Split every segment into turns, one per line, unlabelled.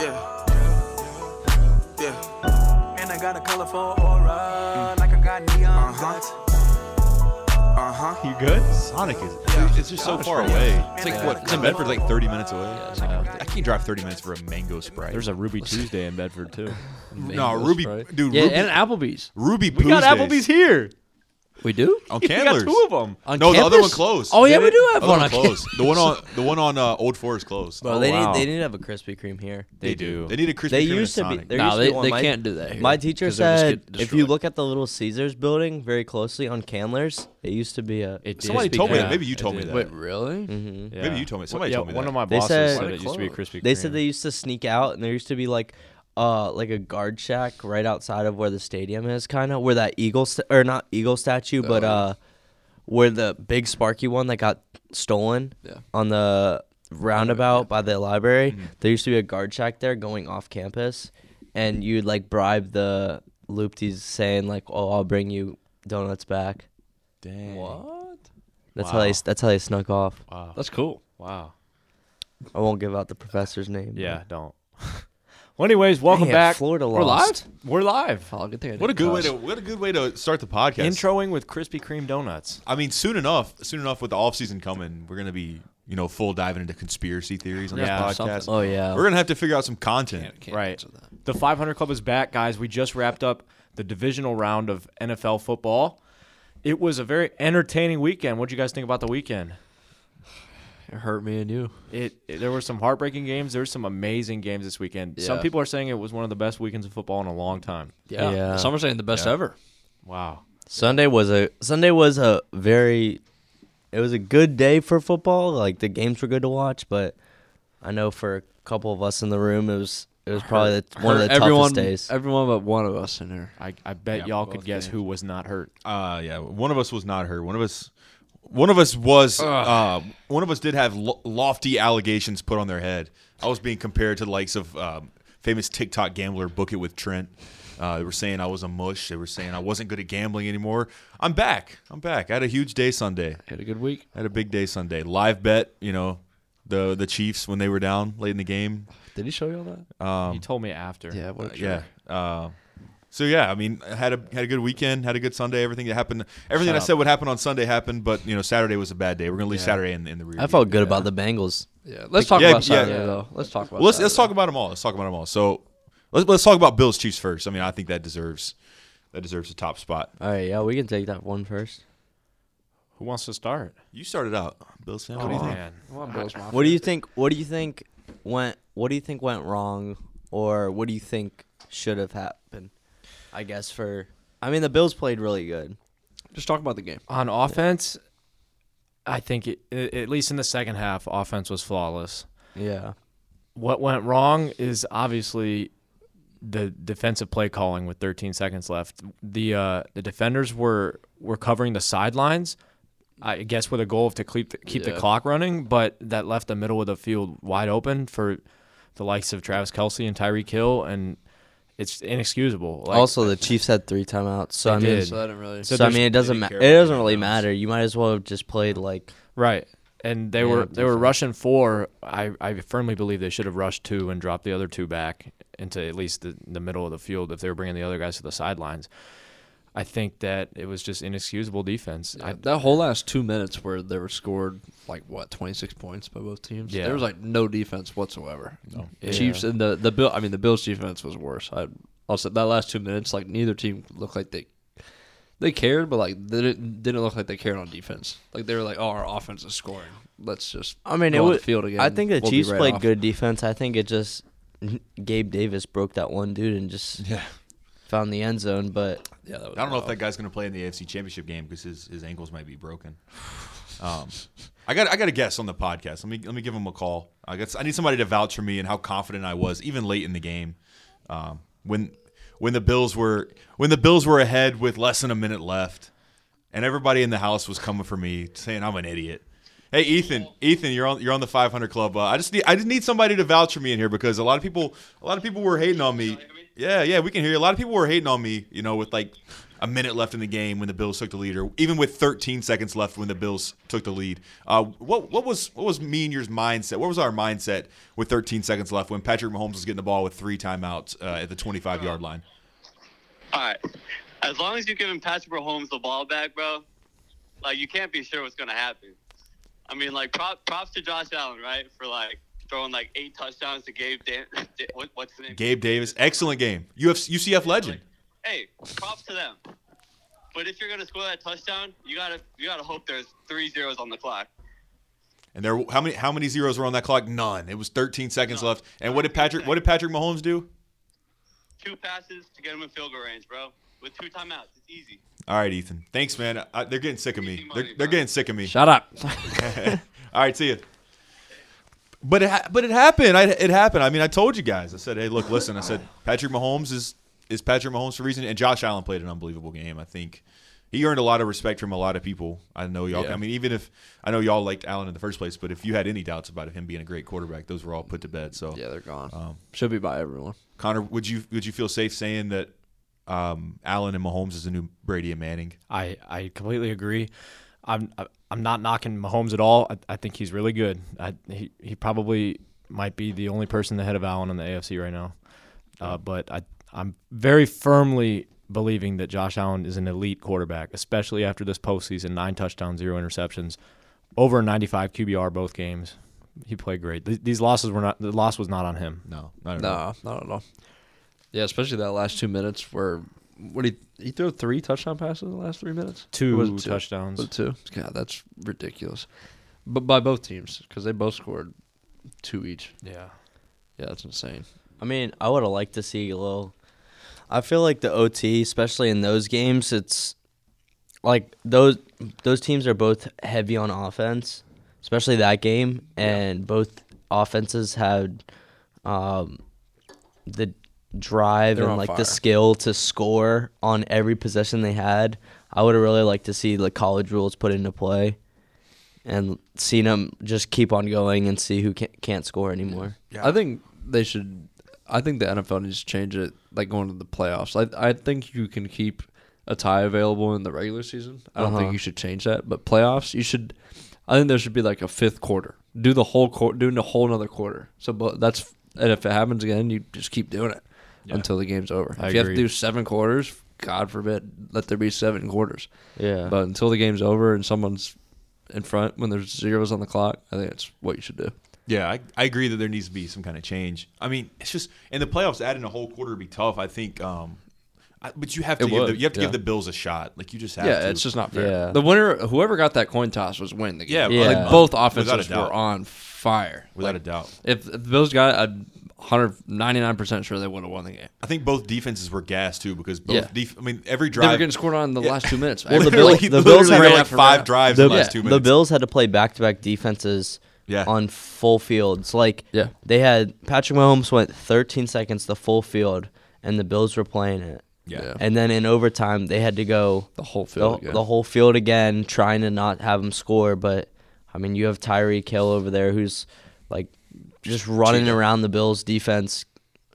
Yeah. Yeah.
And I got a colorful aura, like I got neon
Uh-huh.
lights.
Uh huh.
You good?
Sonic is dude, it's just so
Sonic's
far
pretty
away.
awesome.
It's like what? It's in Bedford, like 30 minutes away. Uh,
it's like hour
I can drive 30 minutes for a mango sprite.
There's a Ruby Tuesday in Bedford too.
no Ruby,
Sprite.
dude.
Yeah,
Ruby,
and Applebee's.
Ruby.
We got
Poos
Applebee's
days.
here.
We do?
on
We got
Candler's.
two of them.
On
No, the other one
campus?
closed.
Oh yeah,
Did
we
it?
do have
Other
one
one
on
closed.
campus.
The one on the one on uh, Old Four is closed.
Bro,
Oh,
they
wow.
need they need to have a Krispy Kreme here.
They do. They need a Krispy
They
Kreme and a
used to be.
Sonic.
There
Nah,
used to
they-
be one.
they
my,
can't do that here,
My teacher
'cause they'll just get
said, if
destroyed.
you look at the little Caesars building very closely on Candler's, it used to be a.
It did.
Somebody told me
yeah,
that. Maybe you
it
told me
did.
that.
Wait, really?
hmm
Yeah.
Maybe you told me. Somebody
yeah,
told me
One
that.
of my
They
bosses
said-
said, it used to be a Krispy Kreme.
They said they used to sneak out, and there used to be like, uh, like a guard shack right outside of where the stadium is, kind of where that eagle st- or not eagle statue, but
Oh.
uh, where the big Sparky one that got stolen
Yeah.
on the roundabout by the library. There used to be a guard shack there going off campus, and you'd like bribe the loopties saying like, "Oh, I'll bring you donuts back."
Dang.
What?
That's how they.
Wow.
That's how they snuck off.
Wow.
That's cool. Wow.
I won't give out the professor's name.
Yeah. Don't. well, anyways, welcome
Dang it,
back.
Florida
We're
lost.
live. We're live.
Oh, good thing I
What a
didn't
good way
cuss.
to what a good way to start the podcast.
Introing with Krispy Kreme donuts.
I mean, soon enough, soon enough, with the off season coming, we're gonna be you know full diving into conspiracy theories on
Yeah,
this podcast.
something. Oh,
yeah.
we're gonna have to figure out some content.
Can't- can't
right.
answer that.
The 500 Club is back, guys. We just wrapped up the divisional round of NFL football. It was a very entertaining weekend. What would you guys think about the weekend?
It hurt me and you.
It, it- there were some heartbreaking games. There were some amazing games this weekend. Some
Yeah.
people are saying it was one of the best weekends of football in a long time.
Yeah.
Yeah.
Some are saying the best
Yeah.
ever.
Wow.
Sunday was a Sunday was a very it was a good day for football. Like the games were good to watch, but I know for a couple of us in the room it was it was probably the, one of
Hurt
the
everyone,
toughest days.
Everyone but one of us in there.
I, I bet
Yeah,
y'all
both
could guess
games.
who was not hurt.
Uh, yeah, one of us was not hurt. One of us, one of us was. Uh, one of us did have lo- lofty allegations put on their head. I was being compared to the likes of um, famous TikTok gambler Book It with Trent. Uh, they were saying I was a mush. They were saying I wasn't good at gambling anymore. I'm back. I'm back. I had a huge day Sunday.
Had a good week.
I had a big day Sunday. Live bet. You know, the the Chiefs when they were down late in the game.
Did he show you all that?
you told me after.
yeah. What a jerk.
Um, Yeah. Uh, so yeah, I mean, I had a had a good weekend, had a good Sunday. Everything that happened, everything
Shut
I
up.
said would happen on Sunday happened, but you know, Saturday was a bad day. We're gonna leave Saturday in, in the rear.
I
view.
felt good about the Bengals.
Yeah. Let's talk
Yeah,
about
yeah.
Saturday though. Let's talk about.
Well, let's let's
Saturday.
talk about them all. Let's talk about them all. So let's let's talk about Bills Chiefs first. I mean, I think that deserves that deserves a top spot.
All right, yeah, we can take that one first.
Who wants to start?
You started out, Bills fan. What do you
Oh,
think?
man.
Come on, Bills Mafia.
What do you think what do you think went what do you think went wrong or what do you think should have happened? I guess for I mean the Bills played really good.
Just talk about the game.
On offense, I think it, a- at least in the second half, offense was flawless.
Yeah.
What went wrong is obviously the defensive play calling with 13 seconds left. The uh, the defenders were were covering the sidelines. I guess with a goal of to keep the, keep
Yeah.
the clock running, but that left the middle of the field wide open for the likes of Travis Kelsey and Tyreek Hill, and it's inexcusable. Like,
also, the Chiefs had three timeouts, so I
They
mean,
did.
So that didn't really.
So,
So
I
there's-
mean, it doesn't
didn't
matter.
care
It
about
doesn't
anything
really
else.
matter. You might as well have just played like
Right. And they
Yeah,
were they were
defense.
rushing four. I, I firmly believe they should have rushed two and dropped the other two back into at least the, the middle of the field if they were bringing the other guys to the sidelines. I think that it was just inexcusable defense.
Yeah,
I,
that whole last two minutes where they were scored like what twenty six points by both teams.
Yeah.
There was like no defense whatsoever. No.
Yeah.
Chiefs and the the bill. I mean the Bills defense was worse. I also that last two minutes like neither team looked like they they cared, but like they didn't, didn't look like they cared on defense. Like they were like, oh, our offense is scoring. Let's just
I mean,
go
it
on
was.
the field again.
I think the
We'll be
Chiefs
right
played
off."
good defense. I think it just Gabe Davis broke that one dude and just
Yeah.
found the end zone. But
Yeah, that was
I don't know if
wild.
that guy's gonna play in the AFC Championship game because his, his ankles might be broken. Um, I got I got a guess on the podcast. Let me let me give him a call. I guess I need somebody to vouch for me and how confident I was even late in the game um, when when the Bills were when the Bills were ahead with less than a minute left, and everybody in the house was coming for me saying I'm an idiot. Hey Ethan, Ethan, you're on you're on the 500 Club. Uh, I just need I just need somebody to vouch for me in here because a lot of people a lot of people were hating on me. Yeah, yeah, we can hear you. A lot of people were hating on me, you know, with like a minute left in the game when the Bills took the lead, or even with 13 seconds left when the Bills took the lead. Uh, what what was what was me and yours mindset? What was our mindset with 13 seconds left when Patrick Mahomes was getting the ball with three timeouts uh, at the 25 yard line?
All right. As long as you're giving Patrick Mahomes the ball back, bro, like you can't be sure what's gonna happen. I mean, like prop, props to Josh Allen, right, for like throwing like eight touchdowns to Gabe. Dan- what, what's his name?
Gabe Davis, excellent game. UFC, UCF legend.
Hey, props to them. But if you're gonna score that touchdown, you gotta you gotta hope there's three zeros on the clock.
And there, how many how many zeros were on that clock? None. It was 13 seconds left. And what did Patrick what did Patrick Mahomes do?
Two passes to get him in field goal range, bro. With two timeouts, it's easy.
All right, Ethan. Thanks, man. I, they're getting sick of me.
Easy money,
They're, they're
bro.
getting sick of me.
Shut up.
All right, see you. But it ha- but it happened. I, it happened. I mean, I told you guys. I said, hey, look, listen. I said Patrick Mahomes is is Patrick Mahomes for a reason. And Josh Allen played an unbelievable game. I think he earned a lot of respect from a lot of people. I know y'all.
Yeah.
I mean, even if I know y'all liked Allen in the first place, but if you had any doubts about him being a great quarterback, those were all put to bed. So
yeah, they're gone.
Um,
Should be by everyone.
Connor, would you would you feel safe saying that um, Allen and Mahomes is the new Brady and Manning?
I, I completely agree. I'm I- I'm not knocking Mahomes at all. I, I think he's really good. I, he he probably might be the only person ahead of Allen in the AFC right now. Uh, but I I'm very firmly believing that Josh Allen is an elite quarterback, especially after this postseason nine touchdowns, zero interceptions, over 95 QBR both games. He played great. Th- these losses were not the loss was not on him.
No, not at all.
Nah, not at all. Yeah, especially that last two minutes where what he he threw three touchdown passes in the last three minutes.
Two
Or was it
touchdowns.
Was it two. God, that's ridiculous. But by both teams because they both scored two each.
Yeah.
Yeah, that's insane.
I mean, I would have liked to see a little. I feel like the OT, especially in those games, it's like those those teams are both heavy on offense, especially that game, and both offenses had um, the drive
They're on
and like
fire.
the skill to score on every possession they had. I would have really liked to see like college rules put into play, and seen them just keep on going and see who can't, can't score anymore.
I think they should. I think the NFL needs to change it, like going to the playoffs. I I think you can keep a tie available in the regular season. I don't think
Uh-huh.
you should change that, but playoffs, you should. I think there should be like a fifth quarter. Do the whole quarter, doing the whole another quarter. So, but that's and if it happens again, you just keep doing it until the game's over.
I
if you have to
agree.
do seven quarters, God forbid, let there be seven quarters.
Yeah,
But until the game's over and someone's in front when there's zeros on the clock, I think that's what you should do.
Yeah, I, I agree that there needs to be some kind of change. I mean, it's just in the playoffs, adding a whole quarter would be tough. I think, um, I, but you have to
It
give
would,
the, you have to
yeah.
give the Bills a shot. Like you just have
Yeah,
to.
it's just not fair.
Yeah.
The winner, whoever got that coin toss, was winning the game.
Yeah,
Yeah.
like
without-
both
without
offenses
a doubt.
were on fire.
without
Like,
a doubt.
if, if the Bills got, it, I'm 199 percent sure they would have won the game.
I think both defenses were gassed too because both.
Yeah.
Def- I mean, every
They were
drive.
getting scored on in the last two minutes.
Well, the
Everybody-
literally-
Bills- the
literally
Bills had
ran
ran
like
for
five
round.
drives in the last two
The
minutes.
Bills had to play back to back defenses
Yeah.
on full fields. Like
Yeah.
they had Patrick Mahomes went 13 seconds to full field, and the Bills were playing it.
Yeah.
Yeah.
And then in overtime, they had to go
The whole
the,
field. again.
the whole field again, trying to not have him score. But I mean, you have Tyreek Hill over there who's like just running
Cheating.
around the Bills defense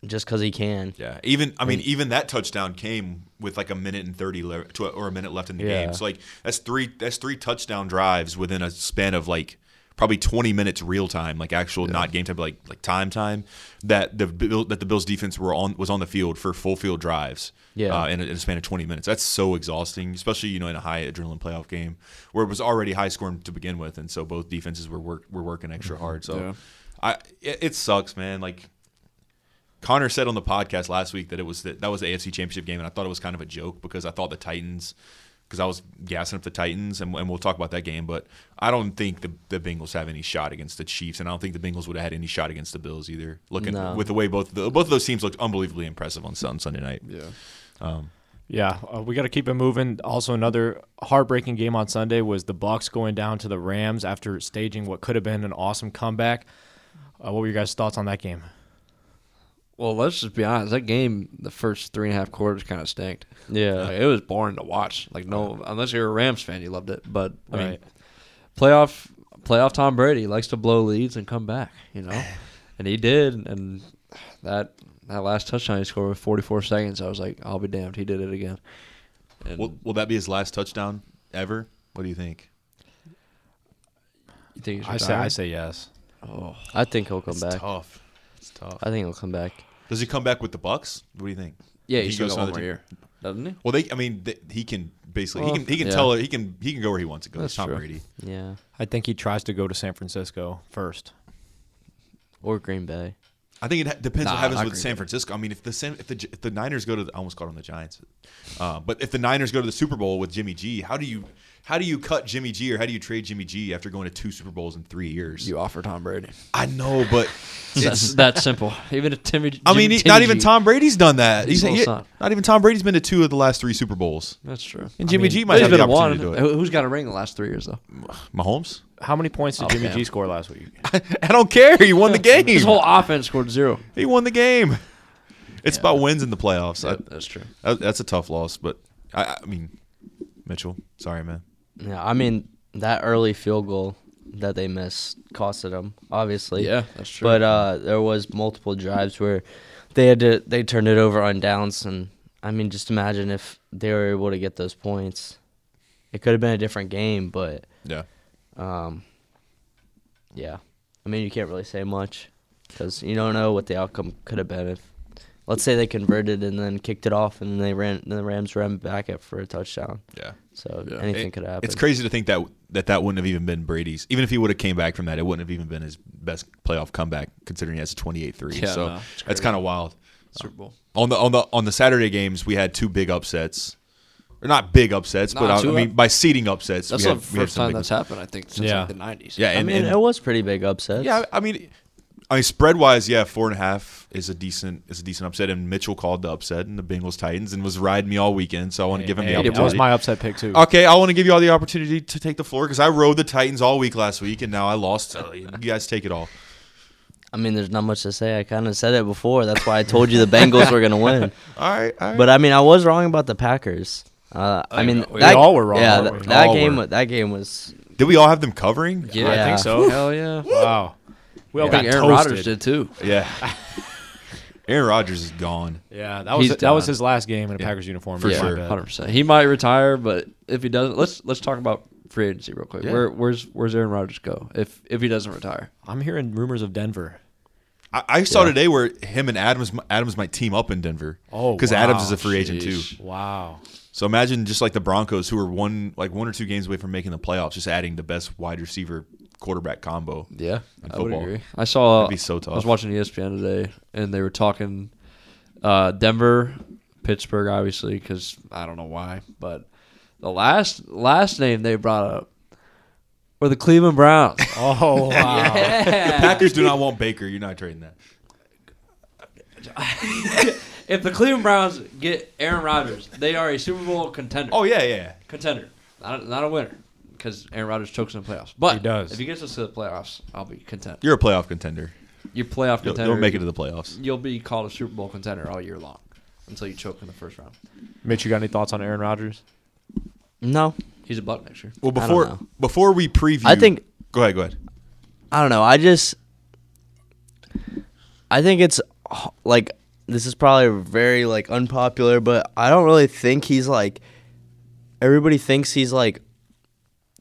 just because he can.
Yeah, even I mean, even that touchdown came with like a minute and thirty le- to, or a minute left in the
Yeah.
game. So like that's three that's three touchdown drives within a span of like probably twenty minutes real time, like actual not game time, but like like time time that the Bill, that the Bills defense were on was on the field for full field drives.
Yeah.
uh, in, a, in a span of twenty minutes. That's so exhausting, especially you know in a high adrenaline playoff game where it was already high scoring to begin with, and so both defenses were work, were working
Mm-hmm.
extra hard. So.
Yeah.
I it, it sucks, man. Like Connor said on the podcast last week that it was the, that was the AFC Championship game, and I thought it was kind of a joke because I thought the Titans, because I was gassing up the Titans, and, and we'll talk about that game. But I don't think the, the Bengals have any shot against the Chiefs, and I don't think the Bengals would have had any shot against the Bills either. Looking
No.
with the way both the, both of those teams looked unbelievably impressive on Sun- Sunday night.
yeah.
Yeah, uh, we got to keep it moving. Also, another heartbreaking game on Sunday was the Bucks going down to the Rams after staging what could have been an awesome comeback. Uh, what were your guys' thoughts on that game?
Well, let's just be honest. That game, the first three and a half quarters, kind of stank.
Yeah.
Like, it was boring to watch. Like no, unless you're a Rams fan, you loved it. But I mean,
Right.
playoff playoff Tom Brady likes to blow leads and come back. You know, and he did. And that that last touchdown he scored with 44 seconds, I was like, I'll be damned, he did it again. And
Will, will that be his last touchdown ever? What do you think?
you think he should
I say,
die?
I say yes.
I think he'll come back.
Tough.
it's tough.
I think he'll come back.
Does he come back with the Bucks? What do you think?
Yeah,
He
he's still
goes
got one
another
more
team?
year, doesn't he?
Well, they. I mean, th he can basically.
Well,
he can. He can
yeah.
tell. He can. He can go where he wants to go.
That's
It's Tom
true.
Brady.
Yeah,
I think he tries to go to San Francisco first.
or Green Bay.
I think it ha- depends
Nah,
what happens
I
with
agree
San
with
Francisco. I mean, if the San, if the Gi- if the Niners go to the, I almost called on the Giants, uh, but if the Niners go to the Super Bowl with Jimmy G, how do you how do you cut Jimmy G or how do you trade Jimmy G after going to two Super Bowls in three years?
You offer Tom Brady.
I know, but
That's
it's.
that simple. Even if Timmy,
I mean,
Jimmy-
he- not
Timmy
even
G-
Tom Brady's done that. He's,
Well,
he-
it's
not.
not.
even Tom Brady's been to two of the last three Super Bowls.
That's true.
And Jimmy G might
there's
have the
been
opportunity to do
Who- Who's got a ring the last three years though?
Mahomes,
How many points did
Oh,
Jimmy
damn.
G score last week?
I don't care. He won the game.
His whole offense scored zero.
he won the game. It's about wins in the playoffs. I-
that's true.
That- That's a tough loss, but I, I mean, Mitchell, sorry, man.
Yeah, I mean that early field goal that they missed costed them, obviously.
Yeah, that's true.
But uh, there was multiple drives where they had to they turned it over on downs, and I mean, just imagine if they were able to get those points, it could have been a different game. But
Yeah.
um, yeah, I mean, you can't really say much because you don't know what the outcome could have been if. Let's say they converted and then kicked it off, and they ran. The Rams ran back it for a touchdown.
Yeah.
So anything could happen.
It's crazy to think that that that wouldn't have even been Brady's. Even if he would have came back from that, it wouldn't have even been his best playoff comeback, considering he has a twenty eight three.
Yeah,
so
no, it's
that's
crazy.
kind of wild.
Super Bowl.
On the on the on the Saturday games, we had two big upsets, or not big upsets,
Nah,
but uh, I, I
two
mean
up-
by seeding upsets.
That's
we had,
the
we had
first
some
time
big
that's
ones.
happened. I think since
Yeah.
like the nineties.
Yeah,
I
and,
mean,
and-
it was pretty big upset.
Yeah, I mean, I mean spread wise, yeah, four and a half is a decent is a decent upset. And Mitchell called the upset and the Bengals Titans and was riding me all weekend, so I want to give him the
Hey,
opportunity.
that was my upset pick too.
okay, I want to give you all the opportunity to take the floor because I rode the Titans all week last week and now I lost. So you guys take it all.
I mean, there's not much to say. I kind of said it before. That's why I told you the Bengals were going to win.
All right, all right.
But I mean, I was wrong about the Packers. Uh, I mean,
we
that,
all were wrong,
Yeah,
weren't
that,
we?
that
All
game.
were.
wa- That game was.
did we all have them covering?
yeah.
I think
so.
Hell yeah.
Wow. We all
I think
got
Aaron Rodgers
toasted.
did too.
Yeah. Aaron Rodgers is gone.
Yeah, that was
He's
that was
done.
his last game in a Packers uniform.
For
my
sure.
bad.
Hundred percent. He might retire, but if he doesn't, let's let's talk about free agency real quick.
Yeah.
Where where's where's Aaron Rodgers go if if he doesn't retire?
I'm hearing rumors of Denver.
I, I saw today where him and Adams Adams might team up in Denver.
Oh,
because
wow.
Adams is a free agent too.
Sheesh.
Wow.
So imagine just like the Broncos, who are one like one or two games away from making the playoffs, just adding the best wide receiver quarterback combo.
Yeah,
in
I would
football.
agree. I saw.
That'd be so
I was
tough.
watching E ESPN today, and they were talking uh, Denver, Pittsburgh, obviously, because I don't know why, but the last last name they brought up were the Cleveland Browns.
Oh wow.
Packers do not want Baker. You're not trading that.
if the Cleveland Browns get Aaron Rodgers, they are a Super Bowl contender.
Oh yeah, yeah.
contender, not a, not a winner, because Aaron Rodgers chokes in the playoffs. But
He does.
If he gets us to the playoffs, I'll be content.
You're a playoff contender.
Your playoff
You'll,
contender.
you'll make it to the playoffs.
You'll be called a Super Bowl contender all year long until you choke in the first round.
Mitch, you got any thoughts on Aaron Rodgers?
No,
He's a buck next year.
Well,
I don't
before
know.
before we preview,
I think-
Go ahead, go ahead.
I don't know. I just. I think it's h- like this is probably very like unpopular, but I don't really think he's like. Everybody thinks he's like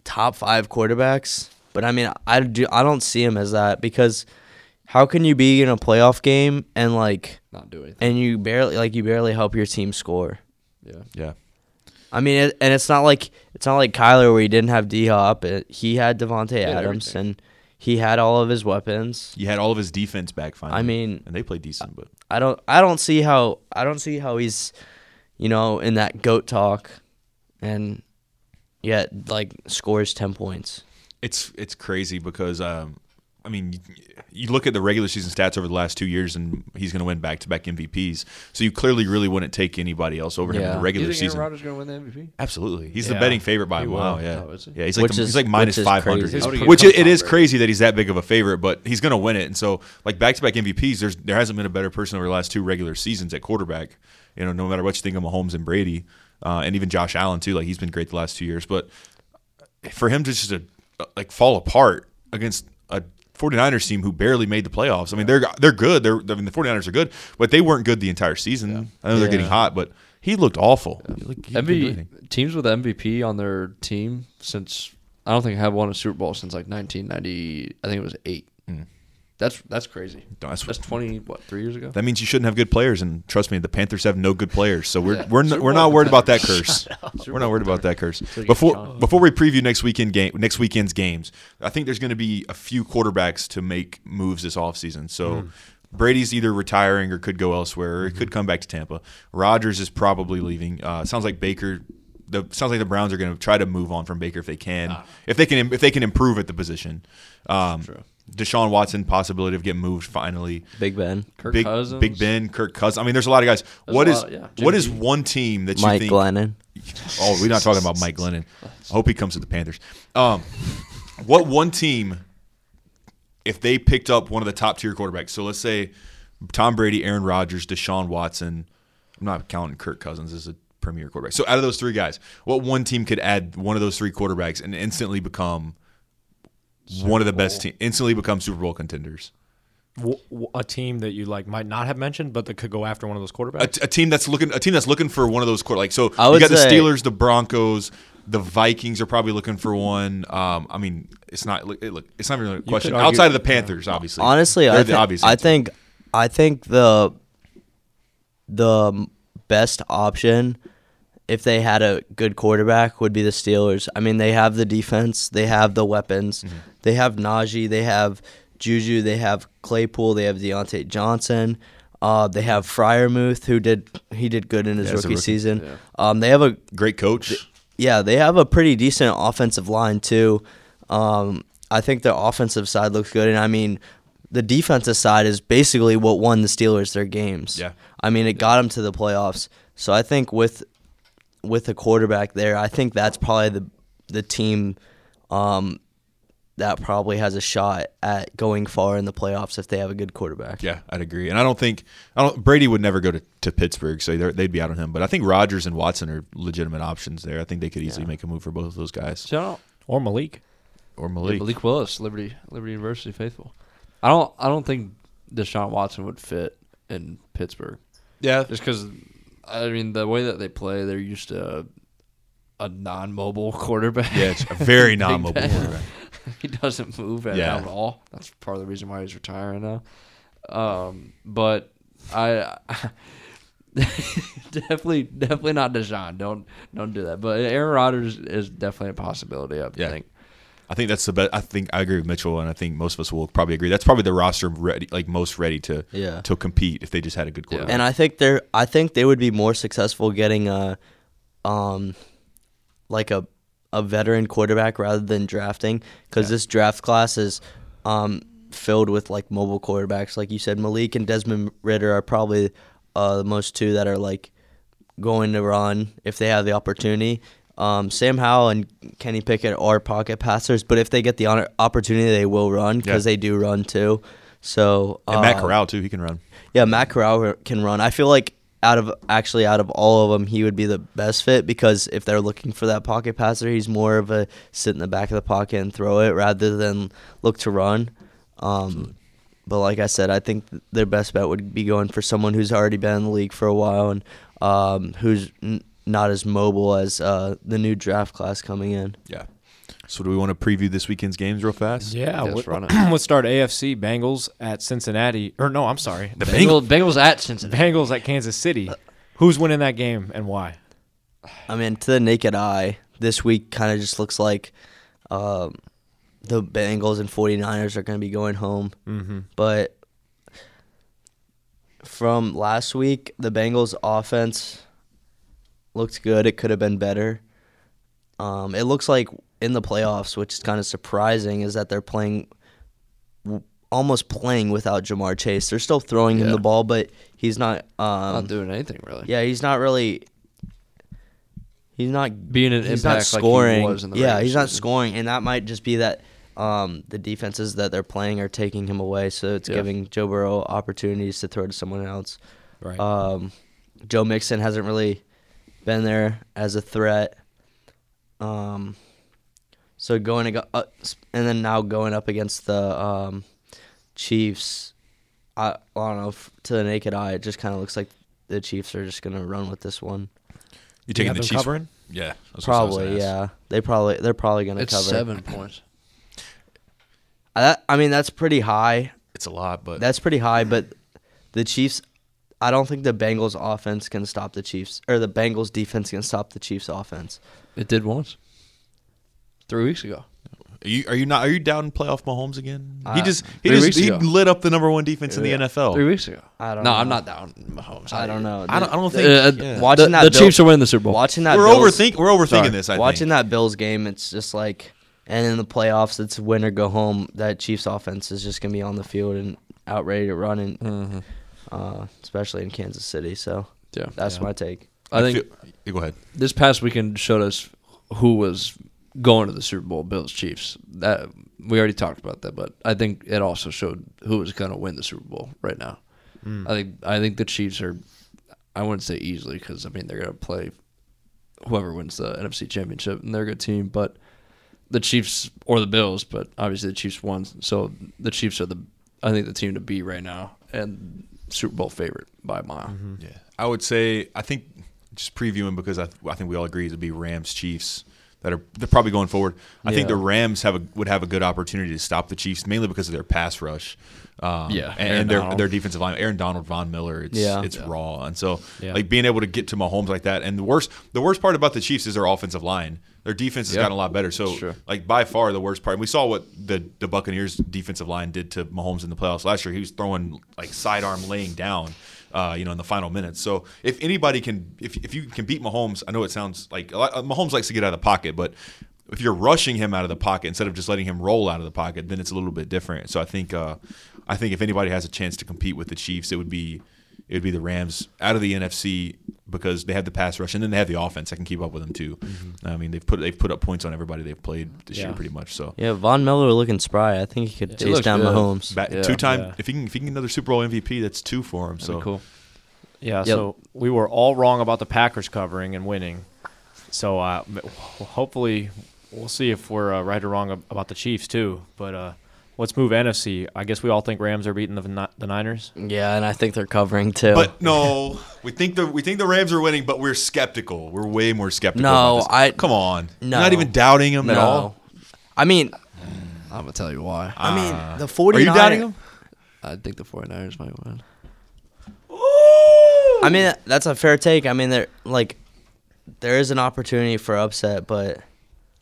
top five quarterbacks, but I mean, I do. I don't see him as that because how can you be in a playoff game and like
Not do anything.
and you barely like you barely help your team score?
Yeah.
Yeah,
I mean, it, and it's not like it's not like Kyler where he didn't have D Hop. He had Devonte Adams
everything.
and he had all of his weapons.
you had all of his defense back finally.
I mean-
and they played decent, but
I don't I don't see how I don't see how he's you know in that goat talk and yet like scores 10 points.
it's it's crazy because um, I mean, you, you look at the regular season stats over the last two years, and he's going to win back to back MVPs. So you clearly really wouldn't take anybody else over him in the
Yeah. You
Do you
regular
think
season.
Aaron Rodgers going to win the MVP?
Absolutely, he's the
Yeah.
betting favorite by a mile.
will.
Yeah,
Oh, is he?
yeah, he's like
Which
the-
is-
he's like
which
minus
is
five hundred,
crazy. How
do you
which
get
it, it
Tom
is
Brady?
crazy that he's that big of a favorite, but he's going to win it. And so, like back to back MVPs, there's there hasn't been a better person over the last two regular seasons at quarterback. You know, no matter what you think of Mahomes and Brady, uh, and even Josh Allen too. Like he's been great the last two years, but for him to just uh like fall apart against a 49ers team who barely made the playoffs. I mean, they're they're good. They're I mean the 49ers are good, but they weren't good the entire season. I know they're
Yeah.
getting hot, but He looked awful. He looked- he couldn't do anything.
MV, teams with MVP on their team since I don't think have won a Super Bowl since like 1990. I think it was eight.
Mm.
That's that's crazy.
That's-
That's, 20 what three years ago.
That means you shouldn't have good players, and trust me, the Panthers have no good players. So we're
Yeah.
we're, n-
Super
we're not
Bowl
worried about that
contender.
curse. We're not worried about that curse.
you get
Before
Sean.
before we preview next weekend game next weekend's games, I think there's going to be a few quarterbacks to make moves this offseason. So
Hmm.
Brady's either retiring or could go elsewhere, or it could come back to Tampa. Rodgers is probably leaving. Uh, sounds like Baker. The, sounds like the Browns are going to try to move on from Baker if they can,
Ah.
if they can, if they can improve at the position. Um, Deshaun Watson possibility of getting moved finally.
Big Ben,
Kirk
Big,
Cousins,
Big Ben, Kirk Cousins. I mean, there's a lot of guys. What
a
is
lot, yeah.
what
Jimmy
is one team that you
Mike
think?
Glennon.
Oh, we're not talking about Mike Glennon. I hope he comes to the Panthers. Um, what one team, if they picked up one of the top tier quarterbacks? So let's say Tom Brady, Aaron Rodgers, Deshaun Watson. I'm not counting Kirk Cousins as a premier quarterback. So out of those three guys, what one team could add one of those three quarterbacks and instantly become one of the best team? Instantly become Super Bowl contenders.
W- w- a team that you like might not have mentioned, but that could go after one of those quarterbacks.
a, t- a team that's looking a team that's looking for one of those quarter like so
I
you
would
got the
say-
Steelers, the Broncos, the Vikings are probably looking for one. Um, I mean, it's not look, it- look it's not really a question
argue-
outside of the Panthers, obviously.
Honestly,
They're
I,
the
thi-
obvious
I
answer.
think I think the the best option if they had a good quarterback would be the Steelers. I mean, they have the defense, they have the weapons,
Mm-hmm.
they have Najee, they have Juju, they have Claypool, they have Deontay Johnson. Uh, they have Fryermuth, who did he did good in his
Yeah, as a
rookie,
rookie,
season. Um, they have a
great coach.
yeah, they have a pretty decent offensive line too. Um, I think their offensive side looks good, and I mean, the defensive side is basically what won the Steelers their games.
Yeah.
I mean, it got them to the playoffs. So I think with with a quarterback there, I think that's probably the the team um, that probably has a shot at going far in the playoffs if they have a good quarterback.
Yeah, I'd agree. And I don't think I don't Brady would never go to, to Pittsburgh, so they're- they'd be out on him. But I think Rodgers and Watson are legitimate options there. I think they could easily make a move for both of those guys
See, I don't-
or Malik.
or
Malik. Willis, Liberty Liberty University faithful. I don't I don't think Deshaun Watson would fit in Pittsburgh
Yeah,
just because I mean the way that they play, they're used to a non-mobile quarterback.
yeah, it's a very non-mobile
Ben.
quarterback.
he doesn't move at,
Yeah.
at all. That's part of the reason why he's retiring now. Um, but I, definitely definitely not Deshaun. Don't don't do that. But Aaron Rodgers is definitely a possibility. I
Yeah.
think.
I think that's the best. I think I agree with Mitchell, and I think most of us will probably agree. That's probably the roster ready, like most ready to
Yeah.
to compete if they just had a good quarterback.
And I think they're I think they would be more successful getting a um like a a veteran quarterback rather than drafting cuz this draft class is um filled with like mobile quarterbacks like you said Malik and Desmond Ritter are probably uh the most two that are like going to run if they have the opportunity. Um, Sam Howell and Kenny Pickett are pocket passers, but if they get the honor- opportunity, they will run because
Yeah.
they do run too. So
And Matt
um,
Corral too, he can run.
yeah, Matt Corral can run. I feel like out of actually out of all of them, he would be the best fit because if they're looking for that pocket passer, he's more of a sit in the back of the pocket and throw it rather than look to run. Um, but like I said, I think th- their best bet would be going for someone who's already been in the league for a while and um, who's n- not as mobile as uh, the new draft class coming in.
Yeah. So do we want to preview this weekend's games real fast?
Yeah,
Yes,
let,
run it.
us start AFC Bengals at Cincinnati. Or no, I'm sorry,
The Bengals.
Bengals, Bengals at Cincinnati.
Bengals at Kansas City. Who's winning that game and why?
I mean, to the naked eye, this week kind of just looks like um, the Bengals and 49ers are going to be going home. Mm-hmm. But from last week, the Bengals' offense looked good. It could have been better. Um, it looks like in the playoffs, which is kind of surprising, is that they're playing w- almost playing without Jamar Chase. They're still throwing him
Yeah.
the ball, but he's not. Um,
Not doing anything really.
yeah, he's not really. He's not
Being an
he's
impact
not scoring.
like he was in the
yeah,
regular
he's not
season.
scoring, and that might just be that um, the defenses that they're playing are taking him away, so it's giving Joe Burrow opportunities to throw to someone else.
Right.
Um, Joe Mixon hasn't really been there as a threat. Um, so going ag- uh, s- and then now going up against the um, Chiefs, I, I don't know. If, to the naked eye, it just kind of looks like the Chiefs are just gonna run with this one.
You
Do
taking
you have
the
them
Chiefs?
covering?
Yeah, that's what I was gonna ask.
Probably, yeah. They probably they're probably gonna
It's
cover.
seven points.
I, that, I mean, that's pretty high.
It's a lot, but
That's pretty high, but the Chiefs. I don't think the Bengals offense can stop the Chiefs, or the Bengals defense can stop the Chiefs offense.
It did once. Three weeks ago.
Are you are you not are you down in playoff Mahomes again? he
Uh,
just he
three
just
weeks
he
ago.
lit up the number one defense in the
Three
NFL.
weeks ago.
I don't
No,
know.
I'm not down Mahomes.
I don't know.
I don't, I don't
Uh,
think
uh,
yeah.
Watching
the,
that
the
Bill-
Chiefs are winning the Super Bowl.
Watching that,
we're
Bills,
overthink we're overthinking
sorry,
this. I
watching
think.
that Bills game, it's just like, and in the playoffs, it's win or go home. That Chiefs offense is just gonna be on the field and out ready to run, and uh, especially in Kansas City. So
Mm-hmm. Yeah.
that's my take.
I think
feel- yeah, go ahead.
this past weekend showed us who was going to the Super Bowl, Bills Chiefs. That we already talked about that, but I think it also showed who was going to win the Super Bowl right now.
Mm.
I think I think the Chiefs are I wouldn't say easily cuz I mean they're going to play whoever wins the NFC championship and they're a good team, but the Chiefs or the Bills, but obviously the Chiefs won. So the Chiefs are the I think the team to beat right now and Super Bowl favorite by a mile.
Yeah, I would say I think just previewing because I, I think we all agree it would be Rams Chiefs that are they're probably going forward. I think the Rams have a, would have a good opportunity to stop the Chiefs mainly because of their pass rush. Um,
Yeah,
and,
Aaron
and their
Donald.
their defensive line, Aaron Donald, Von Miller, it's
Yeah.
it's
Yeah.
raw, and so
Yeah.
like being able to get to Mahomes like that. And the worst the worst part about the Chiefs is their offensive line. Their defense has
Yeah.
gotten a lot better. So
Sure.
like by far the worst part. And we saw what the the Buccaneers defensive line did to Mahomes in the playoffs last year. He was throwing like sidearm laying down, uh, you know, in the final minutes. So if anybody can, if if you can beat Mahomes, I know it sounds like a lot, uh, Mahomes likes to get out of the pocket, but if you're rushing him out of the pocket instead of just letting him roll out of the pocket, then it's a little bit different. So I think uh, I think if anybody has a chance to compete with the Chiefs, it would be. It would be the Rams out of the NFC because they have the pass rush and then they have the offense that can keep up with them too. I mean, they've put they've put up points on everybody they've played this year
Yeah.
pretty much. So
Yeah, Von Miller looking spry. I think he could chase
looks
down
good.
Mahomes.
Back,
Yeah.
two time.
Yeah.
If he can, if he can get another Super Bowl MVP, that's two for him. So
cool.
Yeah, so we were all wrong about the Packers covering and winning. So uh, m- hopefully, we'll see if we're uh, right or wrong ab- about the Chiefs too. But uh, let's move NFC. I guess we all think Rams are beating the, Ni- the Niners.
Yeah, and I think they're covering too.
But no, we think the we think the Rams are winning, but we're skeptical. We're way more skeptical.
No,
about this.
I-
come on. You're
no.
not even doubting him at
um, No.
all.
I mean,
I'm going to tell you why.
I mean, the
Are
49
you doubting him?
I think the 49ers might win.
I mean, that's a fair take. I mean, there like there is an opportunity for upset, but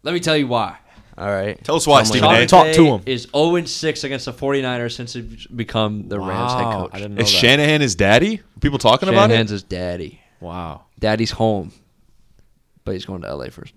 Let me tell you why.
all right.
Tell us why,
Tell me.
Stephen
Talk-
A.
Sean
talk to
McVay
him.
Is 0 6 against the 49ers since he's become the Rams head coach.
I didn't know
Is
that.
Shanahan his daddy? Are people talking about
Shanahan's
it?
his daddy.
wow.
Daddy's home, but he's going to LA first.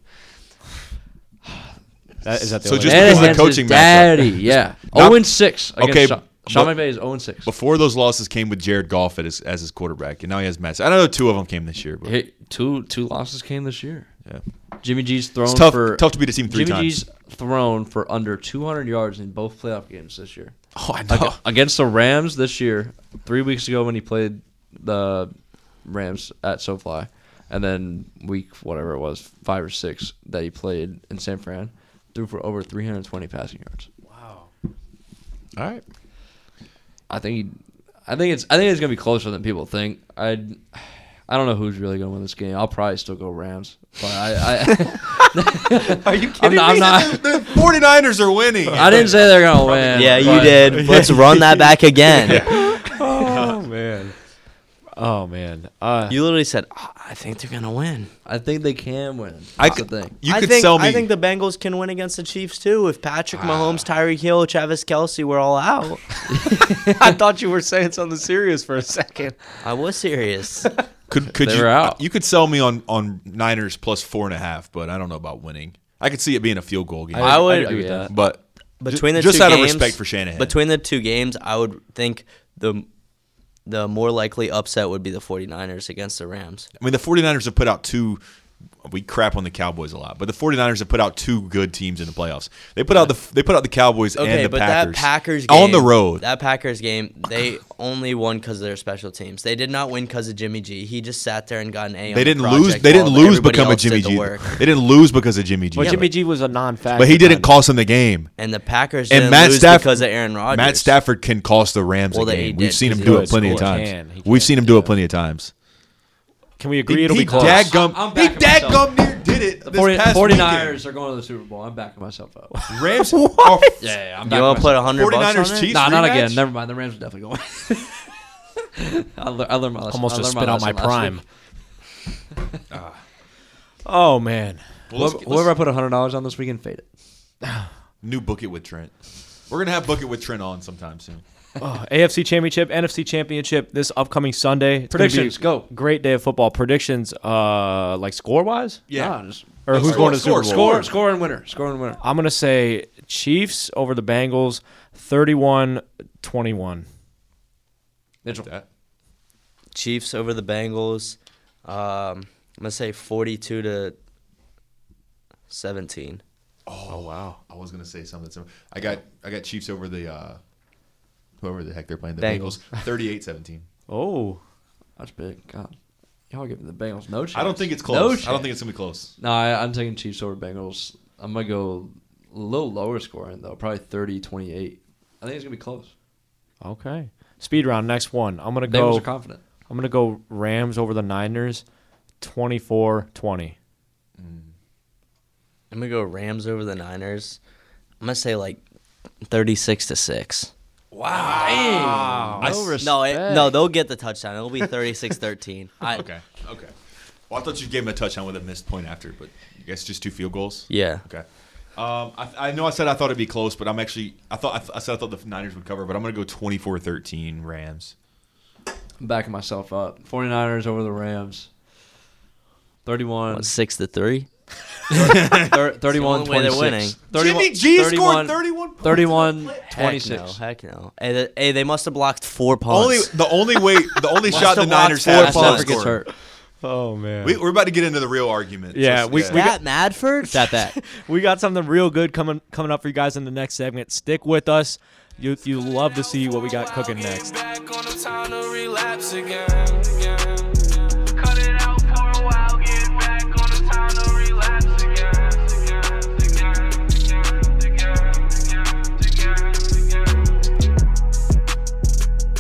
That, is that the
So
only
just
Shanahan's
because the
his
coaching matchup.
daddy. Yeah, 0 6 against
Okay,
Sean, Sean
but-
McVay is 0 6.
Before those losses came with Jared Goff at his, as his quarterback, and now he has Matt. I don't know two of them came this year, but
two two losses came this year.
yeah.
Jimmy G's thrown
it's tough.
for
tough to beat a team three
Jimmy
times.
G's thrown for under 200 yards in both playoff games this year.
Oh, I know.
Ag- against the Rams this year, three weeks ago when he played the Rams at SoFly, and then week whatever it was, five or six that he played in San Fran, threw for over 320 passing yards.
All right.
I think he, I think it's I think it's gonna be closer than people think. I I don't know who's really gonna win this game. I'll probably still go Rams, but I,
Are you
I I'm not. I'm not
The 49ers are winning.
I didn't say they're gonna win.
Yeah, you
but-
did. Let's run that back again.
Oh man. Oh man. Uh,
You literally said, "Ah, "I think they're gonna win."
I think they can win.
I
That's
could,
the thing.
You
I
could
think,
sell me.
I think the Bengals can win against the Chiefs too if Patrick Mahomes, Tyreek Hill, Travis Kelsey were all out.
I thought you were saying something serious for a second.
I was serious.
Could could
They
you?
were out.
You could sell me on on Niners plus four and a half, but I don't know about winning. I could see it being a field goal game.
I would
agree with that.
but ju-
between the
just
two
out
games-
of respect for Shanahan.
Between the two games, I would think the the more likely upset would be the 49ers against the Rams.
I mean, the 49ers have put out two. We crap on the Cowboys a lot, but the 49ers have put out two good teams in the playoffs. They put out the they put out the Cowboys
Okay,
and the
but
Packers,
that Packers game,
on the road.
That Packers game, they only won because of their special teams. They did not win because of Jimmy G. He just sat there and got an A. on
they
the
didn't lose.
project
They didn't
while
lose
everybody
because of
else did
Jimmy
the
G.
work.
They didn't lose because of Jimmy G.
But Jimmy G was a non-factor.
but he didn't
kinda.
cost them the game.
And the Packers
And
didn't
Matt
lose
Stafford
because of Aaron Rodgers.
Matt Stafford can cost the Rams
Well,
a
they
game.
did
We've seen him
because
do
he
it plenty of
scored.
times.
He can. He
We've
can,
seen him do
yeah.
it plenty of times.
Can we agree it'll
he
be close?
Dadgum,
I'm
he
backing myself.
dadgum near did it.
The
this
40,
past
49ers are going to the Super Bowl. I'm backing myself up.
weekend. Rams. oh,
yeah, yeah, I'm
You
backing
want to put
myself.
a hundred
49ers
bucks on it?
Chiefs
Nah, not
rematch?
again. Never mind. The Rams are definitely going. I, lear- I learned my lesson.
Almost
I
just
learned
spit out my
lesson last
prime.
week.
oh man,
Well, let's-
Whoever,
let's-
whoever I put hundred dollars on this weekend, fade it.
New Book It with Trent. We're gonna have Book It with Trent on sometime soon.
Oh, AFC Championship, NFC Championship this upcoming Sunday. It's gonna be
Predictions,
a
go.
Great day of football. Predictions, uh, like score wise,
Yeah.
Nah, just
or
No,
who's
score,
going to the
score,
Super Bowl?
score, score and winner, score and winner.
I'm gonna say Chiefs over the Bengals, 31-21.
Mitchell,
That-
Chiefs over the Bengals. Um, I'm gonna say 42 to 17.
Oh wow! I was gonna say something similar. I got I got Chiefs over the uh, whoever the heck they're playing. The
Bengals.
Bengals, 38-17.
Oh,
that's big. God, y'all giving the Bengals no chance.
I don't think it's
No
close. I
chance.
don't think it's gonna be close.
No, I, I'm taking Chiefs over Bengals. I'm going to go a little lower scoring, though, probably 30 28. I think it's going to be close.
okay. Speed round, next one. I'm gonna
Bengals
go.
are confident.
I'm gonna go Rams over the Niners, 24-20.
I'm gonna go Rams over the Niners. I'm gonna say like 36 to six.
Wow.
I s-
No, it, no, they'll get the touchdown. It'll be 36-13. I,
Okay. Okay. Well, I thought you gave him a touchdown with a missed point after, but you guys just two field goals.
Yeah.
Okay. Um, I, I know I said I thought it'd be close, but I'm actually I thought I, th- I said I thought the Niners would cover, but I'm gonna go 24-13 Rams.
I'm backing myself up. 49ers over the Rams. 31.
What, six to three.
thir- 31
It's the only way they're
26.
winning.
31
Jimmy G scored 31
31
points
31
Heck
26.
no, heck no. Hey, th- hey, they must have blocked four punts.
Only the only way the only shot the
have blocked
Niners
four
had
That's
was
punts.
to
never
Scored.
gets
score.
hurt.
Oh man,
We, we're about to get into the real argument.
Yeah,
So-
we- we
that Madford?
That that.
We got something real good coming coming up for you guys in the next segment. Stick with us. You you love to see what we got cooking next.
Back on the time to relapse again. Cut it out for a while, get back on the time to relapse again.